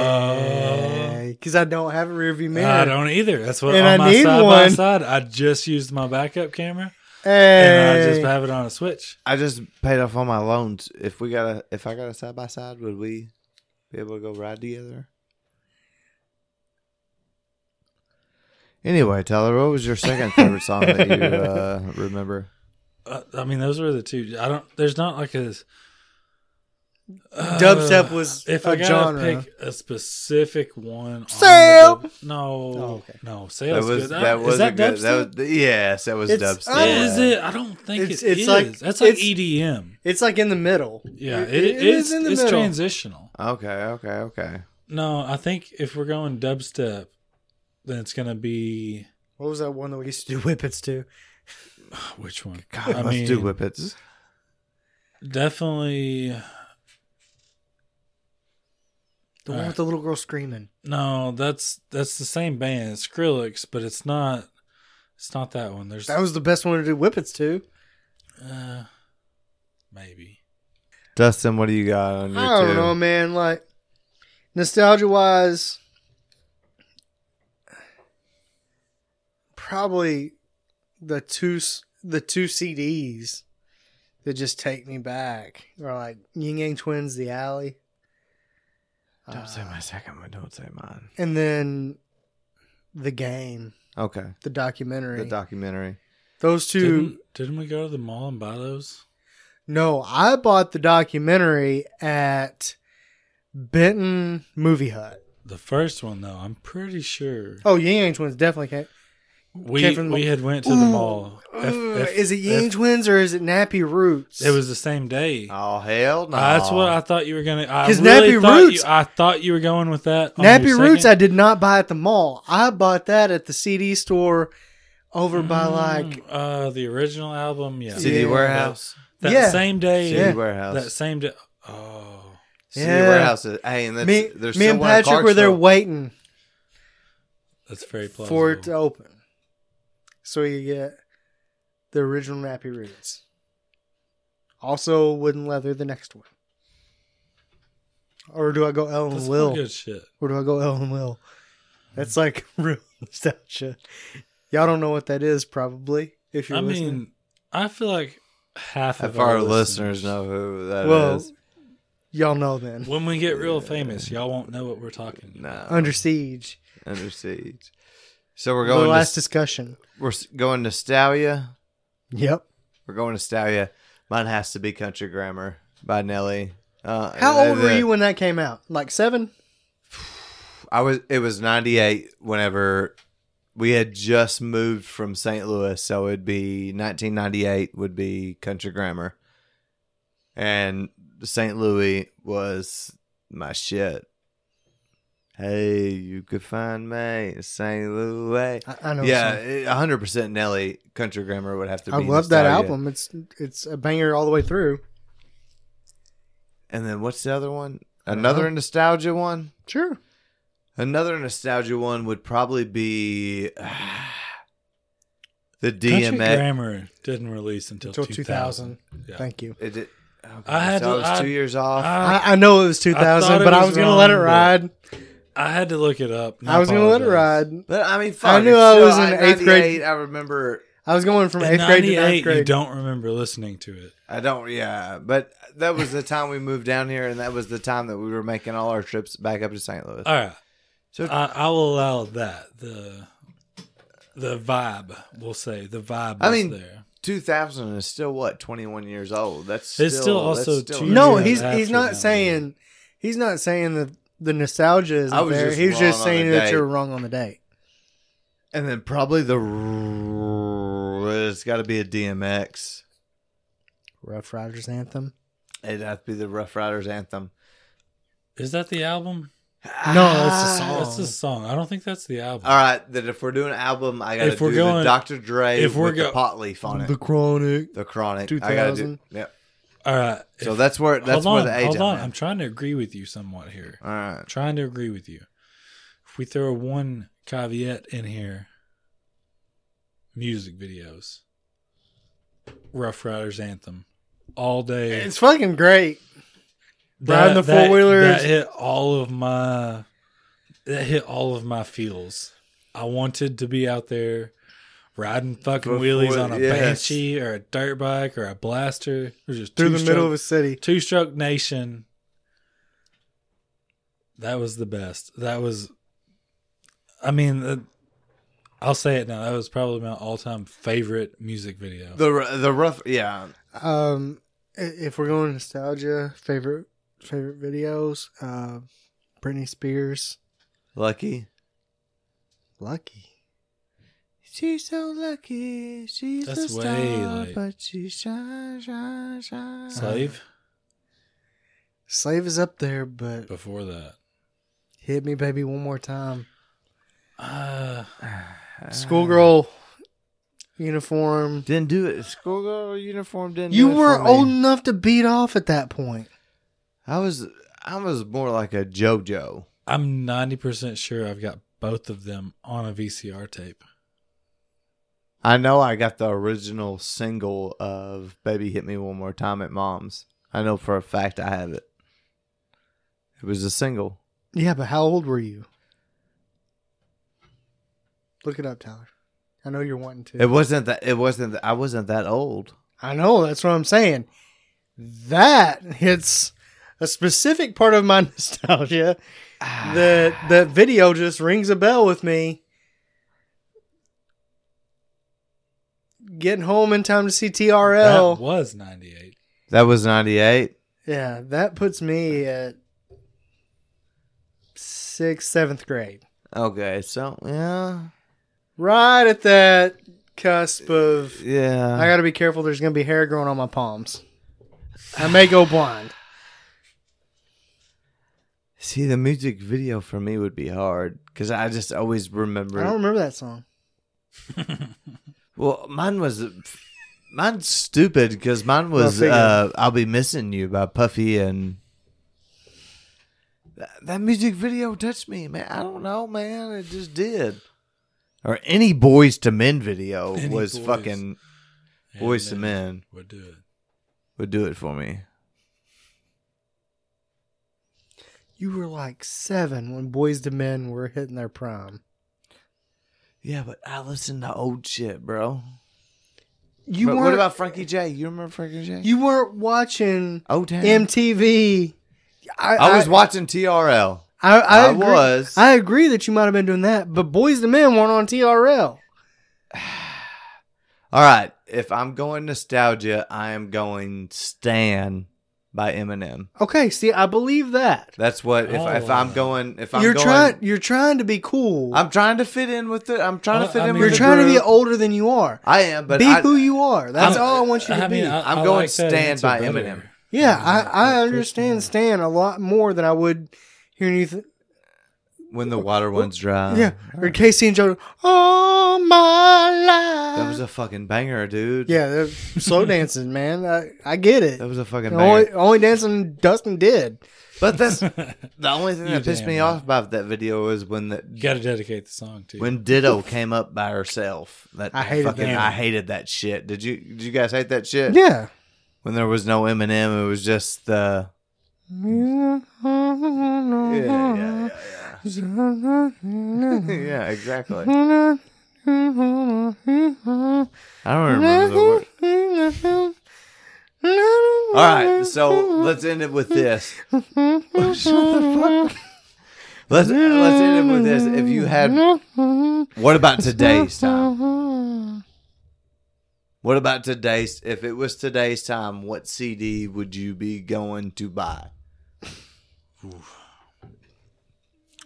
Hey, because I don't have a rearview mirror.
I don't either. That's what
And
on
I
my
need
side by
one.
side. I just used my backup camera and I
Hey,
just have it on a switch.
I just paid off all my loans. If we got a, if I got a side by side, would we be able to go ride together? Anyway, Tyler, what was your second favorite song that you uh, remember?
Uh, I mean, those were the two. I don't. There's not like a
Dubstep was
if
a
I gotta
genre.
pick a specific one. on the
Sail!
dub- no,
Oh, okay.
no,
That
sales.
was
good. I-
that
is
was
that
a good.
dubstep?
That was yes, that was
It's-
dubstep.
oh,
Is it? I don't think
It's-
it's,
it's like-
that's like
it's-
EDM.
it's like in the middle.
Yeah,
It-
it is.
in the
it's
middle.
transitional.
Okay, okay, okay.
No, I think if we're going dubstep, then it's gonna be
what was that one that we used to do whippets to?
which one?
God,
I
let's
mean,
do whippets.
definitely
The one
Alright.
with the little girl screaming.
no. That's that's the same band, it's Skrillex, but it's not. It's not that one. There's
That was the best one to do whippets to.
uh, maybe.
Dustin, what do you got on your
I don't
two?
know, man. Like nostalgia wise, probably the two s- the two CDs that just take me back are like Ying Yang Twins, The Alley,
Don't say
Uh,
my second one. Don't say mine.
and then the game,
Okay,
the documentary.
the documentary.
Those 2
Didn't, didn't we go to the mall and buy those?
No, I bought the documentary at Benton Movie Hut.
The first one though, I'm pretty sure.
Oh, Ying Yang Twins definitely came.
We
Came from the-
we had went to the
Ooh,
mall. If-
Ugh,
if-
is it Yang
if-
Twins or is it Nappy Roots?
It was the same day. Uh,
Oh hell no!
That's what I thought you were gonna. I
'Cause
really
Nappy
thought You,
Roots-
I thought you were going with that. on
Nappy
your
Roots. I
second-
did not buy at the mall. I bought that at the CD store over by
Mm,
like
uh the original album. Yeah,
CD
Yeah.
Warehouse.
that
Yeah.
same day.
CD
Yeah.
Warehouse.
That same day. Oh,
City
Yeah.
Warehouse. Is, hey, and that's,
me.
there's
Me
still
and
one in
Patrick were there
Clarksville.
waiting
that's very plausible.
for it to open, so you get the original Nappy Roots. Also, Wooden Leather, the next one. Or do I go Ellen
that's
Will?
some good shit.
Or do I go <laughs> Ellen Will? That's like <laughs> real nostalgia. Y'all don't know what that is, probably. If you're
I
listening.
mean, I feel like half of
If our listeners know who that
well,
is.
y'all know then.
when we get real famous, y'all won't know what we're talking. about.
no,
Under siege.
under siege. So we're
The
going.
last
to,
discussion.
we're s- going to Stalia.
Yep.
We're going to Stalia. Mine has to be Country Grammar by Nelly. Uh,
How old were
the-
you when that came out? Like seven?
I was. It was ninety eight. Whenever we had just moved from St. Louis, so it'd be nineteen ninety eight. Would be Country Grammar, and St. Louis was my shit. Hey, you could find me in St. Louis.
I, I know. some.
Yeah, hundred percent. Nelly Country Grammar would have to. be
I love that
Nostalgia.
album. It's it's a banger all the way through.
And then what's the other one?
Uh-huh.
don't
Another
know.
nostalgia one.
Sure.
Another nostalgia one would probably be <sighs> the
Country
DMX.
Grammar didn't release until,
Until 2000.
2000. Yeah.
Thank you.
It, it,
I had
so
to-
I was
I-
two years off.
I,
I, I know it was 2000,
thought it
but I
was
was gonna let it
wrong, but-
ride.
I had to look it up. and
I was gonna let it
apologize.
ride.
but I mean, fuck,
I knew
it's
I
still-
was in
I-
eighth grade.
98, I remember.
I was going from
In
eighth grade to ninth
98, you
grade.
don't remember listening to it.
I don't. Yeah, but that was the time we moved down here, and that was the time that we were making all our trips back up to St. Louis.
All right.
So-
I, I will allow that. The the vibe, we'll say. The vibe
I
was
mean,
there.
2000 is still what 21 years old. That's still,
It's still
that's
also two years
no,
Yeah,
he's
that's
he's
what
not
happened.
saying he's not saying that the nostalgia is
I was
there.
just
he was
wrong
just
on
saying
the
that
date.
you're wrong on the date.
And then probably the it's got to be a DMX.
Rough Riders anthem.
It'd have to be the Rough Riders anthem.
Is that the album?
No, that's a
Ah.
song.
That's the song. I don't think that's the album.
All right, that if we're doing an album, I gotta
If we're
do the
going-
Dr. Dre
if we're
with
go-
the pot leaf on it.
The
The,
Chronic.
chronic. I gotta do.
2000.
Yeah.
All right.
So
If-
that's where that's
hold
where
on,
the age.
Hold
I'm
on.
at.
I'm trying to agree with you somewhat here.
All right.
trying to agree with you. If we throw one caveat in here, music videos, Rough Riders anthem, all day.
It's fucking great. riding the
that-
four-wheelers.
that hit all of my that hit all of my feels. I wanted to be out there riding fucking
Before-
wheelies on a
yes.
banshee or a dirt bike or a blaster or just
Through the
two-stroke-
middle of a city.
Two Stroke Nation. That was the best. That was, I mean, uh, I'll say it now. That was probably my all-time favorite music video.
The r- the rough yeah.
Um, i- if we're going nostalgia, favorite favorite videos, uh, Britney Spears,
Lucky.
Lucky.
She's so lucky. She's
That's
a
way
star,
late.
but she shine, shine, shine. <sighs>
Slave
Slave is up there, but
before that.
hit me, baby, one more time.
Uh,
Ah.
Schoolgirl uniform.
Didn't do it. Schoolgirl uniform didn't.
You
do it
were
for me.
old enough to beat off at that point.
I was. I was more like a JoJo.
I'm ninety percent sure I've got both of them on a VCR tape.
I know I got the original single of "Baby Hit Me One More Time" at Mom's. I know for a fact I have it. It was a single.
Yeah, but how old were you? Look it up, Tyler. I know you're wanting to.
It wasn't that. It wasn't. That, I wasn't that old.
I know. That's what I'm saying. That hits a specific part of my <laughs> nostalgia. that that video just rings a bell with me. Getting home in time to see TRL.
That was ninety-eight.
That was '98.
yeah, that puts me at sixth, seventh grade.
Okay, so yeah,
Right at that cusp of
Uh.
yeah.
I gotta be careful. There's gonna be hair growing on my palms. I may go
<sighs>
blind.
See, the music video for me would be hard because I just always remember.
I don't remember that song.
Well, mine was mine's stupid because mine was
figure.
uh, "I'll Be Missing You" by Puffy and that, that music video touched me, man. I don't know, man, it just did. Or any boys to men video
Any
was
Boys.
fucking boys to men
Would do it.
would do it for me.
You were like seven when Boys to Men were hitting their prime.
Yeah, but I listened to old shit, bro.
You
But
weren't.
what about Frankie J? You remember Frankie J?
you weren't watching
Old Town.
MTV. I,
I was watching TRL.
I, I,
I
agree,
was.
I agree that you might have been doing that, but Boys to Men weren't on TRL.
All right. If I'm going nostalgia, I am going Stan by Eminem.
Okay, see, I believe that.
That's what if, if
Oh.
I'm going if I'm
you're
going,
trying. You're trying to be cool.
I'm trying to fit in with it. I'm trying
I-
to fit
Oh, I
in
mean-
with
you're
the
trying to be
group.
older than you are.
I am, but
be
I,
who you are. That's
I'm-
all I want you to
I mean,
be.
I,
I'm
I
going
like that
Stand
answer
by
better.
Eminem.
Yeah,
Yeah,
uh,
I, I
that's
understand
personal.
Stan a lot more than I would hearing you. Th-
when the water runs dry.
yeah, or Casey and Joe. All my life.
that was a fucking banger, dude.
yeah, they're
<laughs>
slow dancing, man. I, I get it.
that was a fucking
The
banger.
only, only dancing Dustin did.
but that's
<laughs>
the only thing
You
that pissed
damn
me
right.
off about that video is when
You
the
got to dedicate the song to.
when Ditto came up by herself. That
I hated
fucking,
that.
I hated that shit. Did you did you guys hate that shit?
Yeah,
when there was no Eminem. It was just the yeah, yeah, yeah,
Mm-hmm.
<laughs> yeah. yeah exactly. I don't remember
Mm-hmm.
the word. All right, so let's end it with this. Let's let's end it with this. If you
<laughs>
had, what about today's time? What about today's? If it was today's time, what CD would you be going to buy?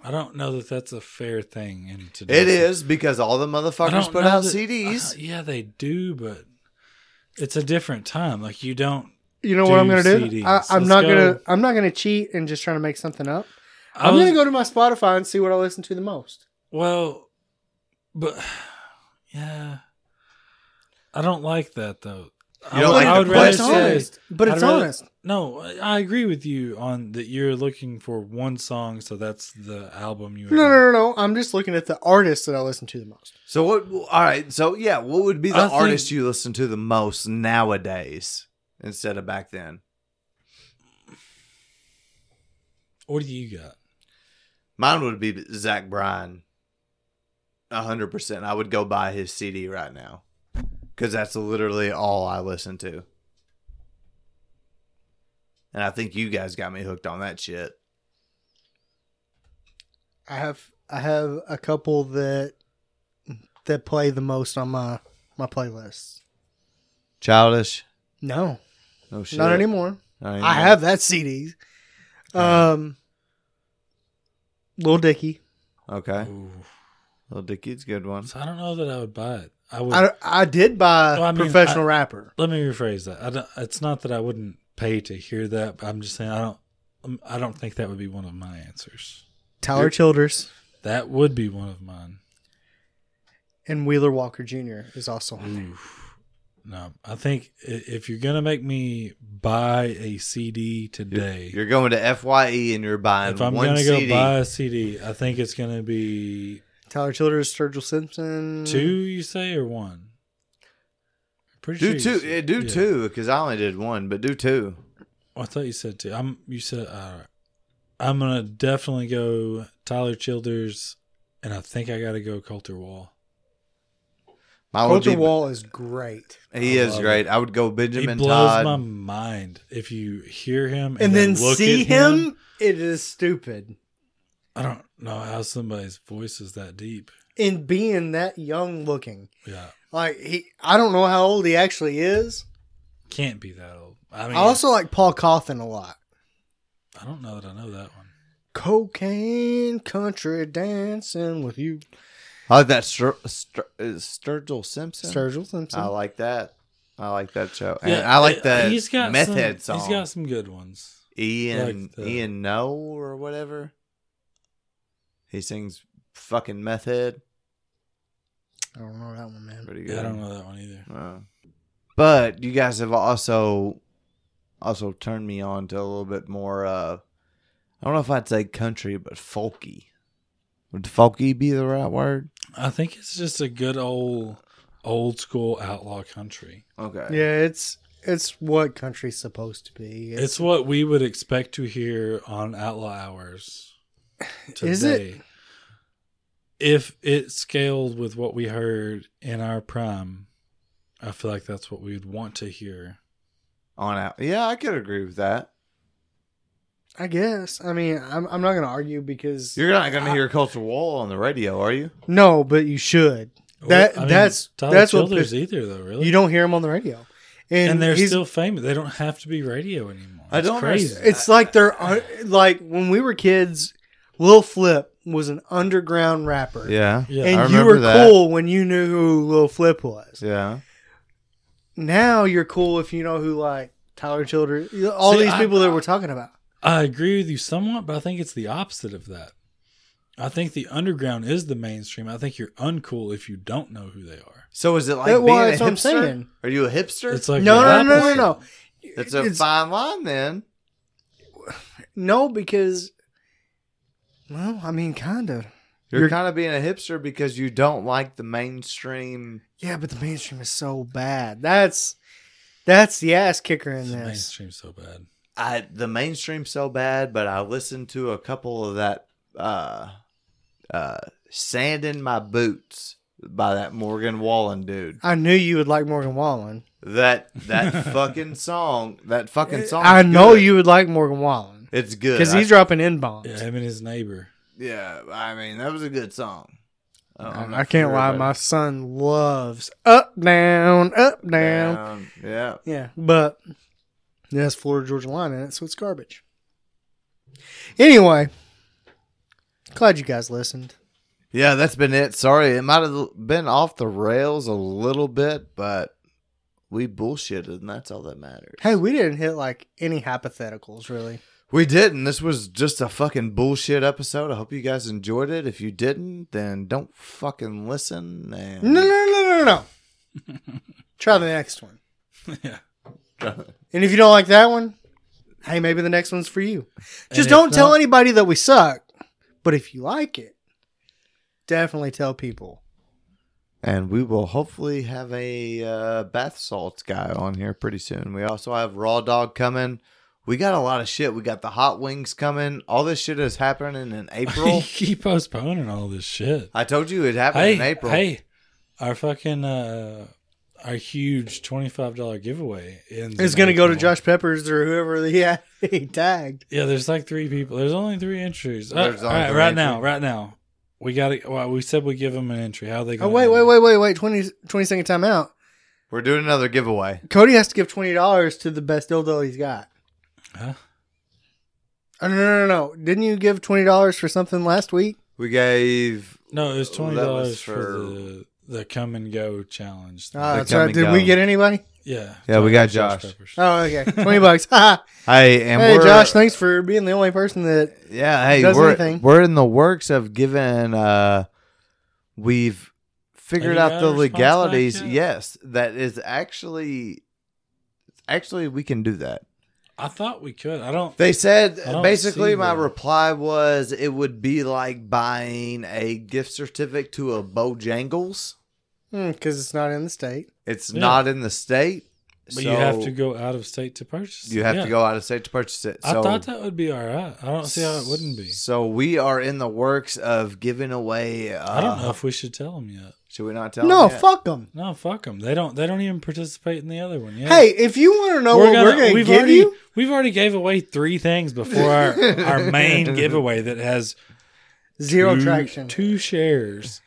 I don't know that that's a fair thing in today.
It is because all the
I
motherfuckers
don't
put
know
out
that-
CDs.
uh, yeah, they do, but it's a different time. Like you don't.
You know what I'm gonna
Two
do?
CDs.
I, I'm
Let's
not
go.
gonna I'm not gonna cheat and just trying to make something up.
I
I'm
was-
gonna go to my Spotify and see what I listen to the most.
Well, but <sighs> yeah, I don't like that though. I,
You don't
would-
like
I
the
would
but
rather
it's
question?
say,
honest. But
I'd
it's
rather-
honest.
no. I agree with you on that. You're looking for one song, so that's the album you. would
No,
want.
no, no, no. I'm just looking at the artists that I listen to the most.
So what? All right. So yeah, what would be the
I think-
artist you listen to the most nowadays instead of back then?
What do you got?
Mine would be Zach Bryan. A hundred percent. I would go buy his CD right now because that's literally all I listen to. And I think you guys got me hooked on that shit.
I have I have a couple that that play the most on my my playlists.
Childish.
No,
No shit.
not anymore.
Not anymore.
I have that CD. Um, Lil Dicky.
Okay.
Ooh.
Little Dickie's a good one.
So I don't know that I would buy it. I would.
I, I did buy
Well, I mean,
professional rapper.
let me rephrase that. I don't, it's not that I wouldn't pay to hear that, but I'm just saying I don't. um, I don't think that would be one of my answers.
Tyler Childers
That would be one of mine.
and Wheeler Walker Jr. is also on there.
Oof. No, I think i- if you're gonna make me buy a CD today,
You're going to Fye and you're buying
if I'm
one
gonna
CD.
go buy a CD, I think it's gonna be
Tyler Childers, Sturgill Simpson.
two. You say or one? Pretty
do
sure you
two.
said-
eh, Do
yeah.
two because I only did one, but do two.
I thought you said two. I'm. You said all right. I'm gonna definitely go Tyler Childers, and I think I gotta go Coulter Wall.
My
Culture Wall is great.
He
I
is
love
great. I would go
He
Benjamin
blows
Todd.
my mind if you hear him and,
And then
look
see
at him.
him, it is stupid.
I don't know how somebody's voice is that deep.
And being that young looking.
Yeah.
Like he I don't know how old he actually is.
Can't be that old. I mean,
I also like Paul Coffin a lot.
I don't know that I know that one.
Cocaine country dancing with you.
I like Oh, that Stur- Stur- uh, Sturgill Simpson.
Sturgill Simpson.
I like that. I like that show. And I like that
He's got
Meth
some,
Head song.
He's got some good ones.
Ian
like the-
Ian No or whatever. He sings fucking Meth Head.
I don't know that one, man.
Pretty good.
Yeah, I don't know that one either.
Uh, but you guys have also also turned me on to a little bit more uh I don't know if I'd say country, but folky. Would folky be the right word?
I think it's just a good old, old school outlaw country.
Okay.
Yeah, it's it's what country's supposed to be.
It's, what we would expect to hear on Outlaw Hours today.
<laughs> Is it?
If it scaled with what we heard in our prime, I feel like that's what we'd want to hear.
On out. Yeah, I could agree with that.
I guess. I mean, I'm I'm not gonna argue because
You're not gonna hear Culture Wall on the radio, are you?
no, but you should. That- that's-
Tyler
that's what
Childers
piss-
either though, really.
You don't hear him on the radio, and,
and, they're
he's-
still famous. They don't have to be radio anymore.
I
It's
don't
crazy.
understand.
It's like they're un- like when we were kids. Lil Flip was an underground rapper.
Yeah.
Yeah.
I
And you
remember
were
that.
cool when you knew who Lil Flip was.
Yeah.
Now you're cool if you know who like Tyler Childers, all
See,
these
I-
people that we're talking about.
I agree with you somewhat, but I think it's the opposite of that. I think the underground is the mainstream. I think you're uncool if you don't know who they are.
So is it like
That-
being
well,
a
that's
hipster?
what I'm saying.
Are you a hipster?
It's like
no,
the
no, no, no, no,
opposite.
no,
That's a
it's-
fine line then.
no, because well, I mean, kind of.
You're,
You're-
kind of being a hipster because you don't like the mainstream.
Yeah, but the mainstream is so bad. That's That's the ass kicker in
The
this.
mainstream's so bad.
I the mainstream so bad, but I listened to a couple of that uh uh Sand in My Boots by that Morgan Wallen dude.
I knew you would like Morgan Wallen.
That
<laughs>
that fucking song, that fucking song.
I know you would like Morgan Wallen
It's good.
because
I-
he's dropping in bombs.
Yeah, him and his neighbor.
yeah, I mean, that was a good song. Oh, I'm
I,
not
I can't
sure
lie,
about
my son loves up down up down.
down. Yeah.
Yeah, but it has Florida Georgia line in it, so it's garbage. Anyway, glad you guys listened.
Yeah, that's been it. Sorry, it might have been off the rails a little bit, but we bullshitted, and that's all that matters.
Hey, we didn't hit like any hypotheticals really.
We didn't. This was just a fucking bullshit episode. I hope you guys enjoyed it. If you didn't, then don't fucking listen. And
No, no, no, no, no.
<laughs>
Try the next one.
yeah.
And if you don't like that one, hey, maybe the next one's for you.
And
Just
if
don't tell
not-
anybody that we suck. But if you like it, definitely tell people.
And we will hopefully have a uh, bath salts guy on here pretty soon. We also have Raw Dog coming. We got a lot of shit. We got the hot wings coming. All this shit is happening in
You <laughs>
April.
keep postponing all this shit.
I told you it happened
Hey,
in April.
hey, our fucking uh, our huge twenty five dollar giveaway ends
It's
in
gonna go to
April.
Josh Peppers or <laughs> whoever he, he tagged.
Yeah, there's like three people. There's only three entries. Uh,
There's
all
only
right,
three
right now,
entries.
right now, we got to. Well, we said we give them an entry. How they?
Oh
Gonna
wait, wait, wait, wait, wait. 20, 20 second time out.
We're doing another giveaway.
Cody has to give twenty dollars to the best dildo he's got.
Huh?
Oh, no, no, no, no! Didn't you give twenty dollars for something last week?
We gave
No, it was
That was
twenty dollars for,
for-
the the come and go challenge.
Ah,
The
that's right.
come and
Did we
go.
get anybody?
yeah,
Yeah, we got Josh.
Peppers.
Oh, okay, twenty bucks. <laughs> Ha, ha.
Hey, and
hey,
we're,
Josh, thanks for being the only person that.
Yeah, hey,
does
we're
anything.
we're in the works of giving. Uh, we've figured
you
out
got
the
a response back
legalities.
yet?
Yes, that is actually, actually, we can do that.
I thought we could. I don't.
They said
I don't
basically
see
my
that.
reply was it would be like buying a gift certificate to a Bojangles.
Because hmm, it's not in the state.
It's
Yeah.
not in the state,
But you have
so
to go out of state to purchase.
You have
Yeah.
to go out of state to purchase it.
I
So-
thought that would be all right. I don't see how it wouldn't be.
So we are in the works of giving away. Uh,
I
Uh-huh.
don't know if we should tell them yet.
Should we not tell?
No,
them yet?
fuck them.
No, fuck them. They don't. They don't even participate in the other one. Yet.
Hey, if you want to know what we're gonna
we've
give
already,
you,
We've already gave away three things before our, our
<laughs>
main giveaway that has
zero
two,
traction.
two shares.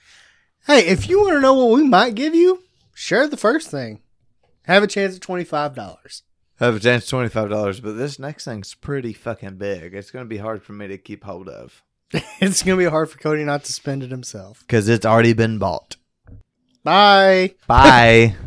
Hey, if you want to know what we might give you, share the first thing. Have a chance at twenty five dollars. <laughs>
Have a chance twenty five dollars, but this next thing's pretty fucking big. It's gonna be hard for me to keep hold of
It's gonna be hard for Cody not to spend it himself.
because it's already been bought.
Bye. <laughs>
Bye.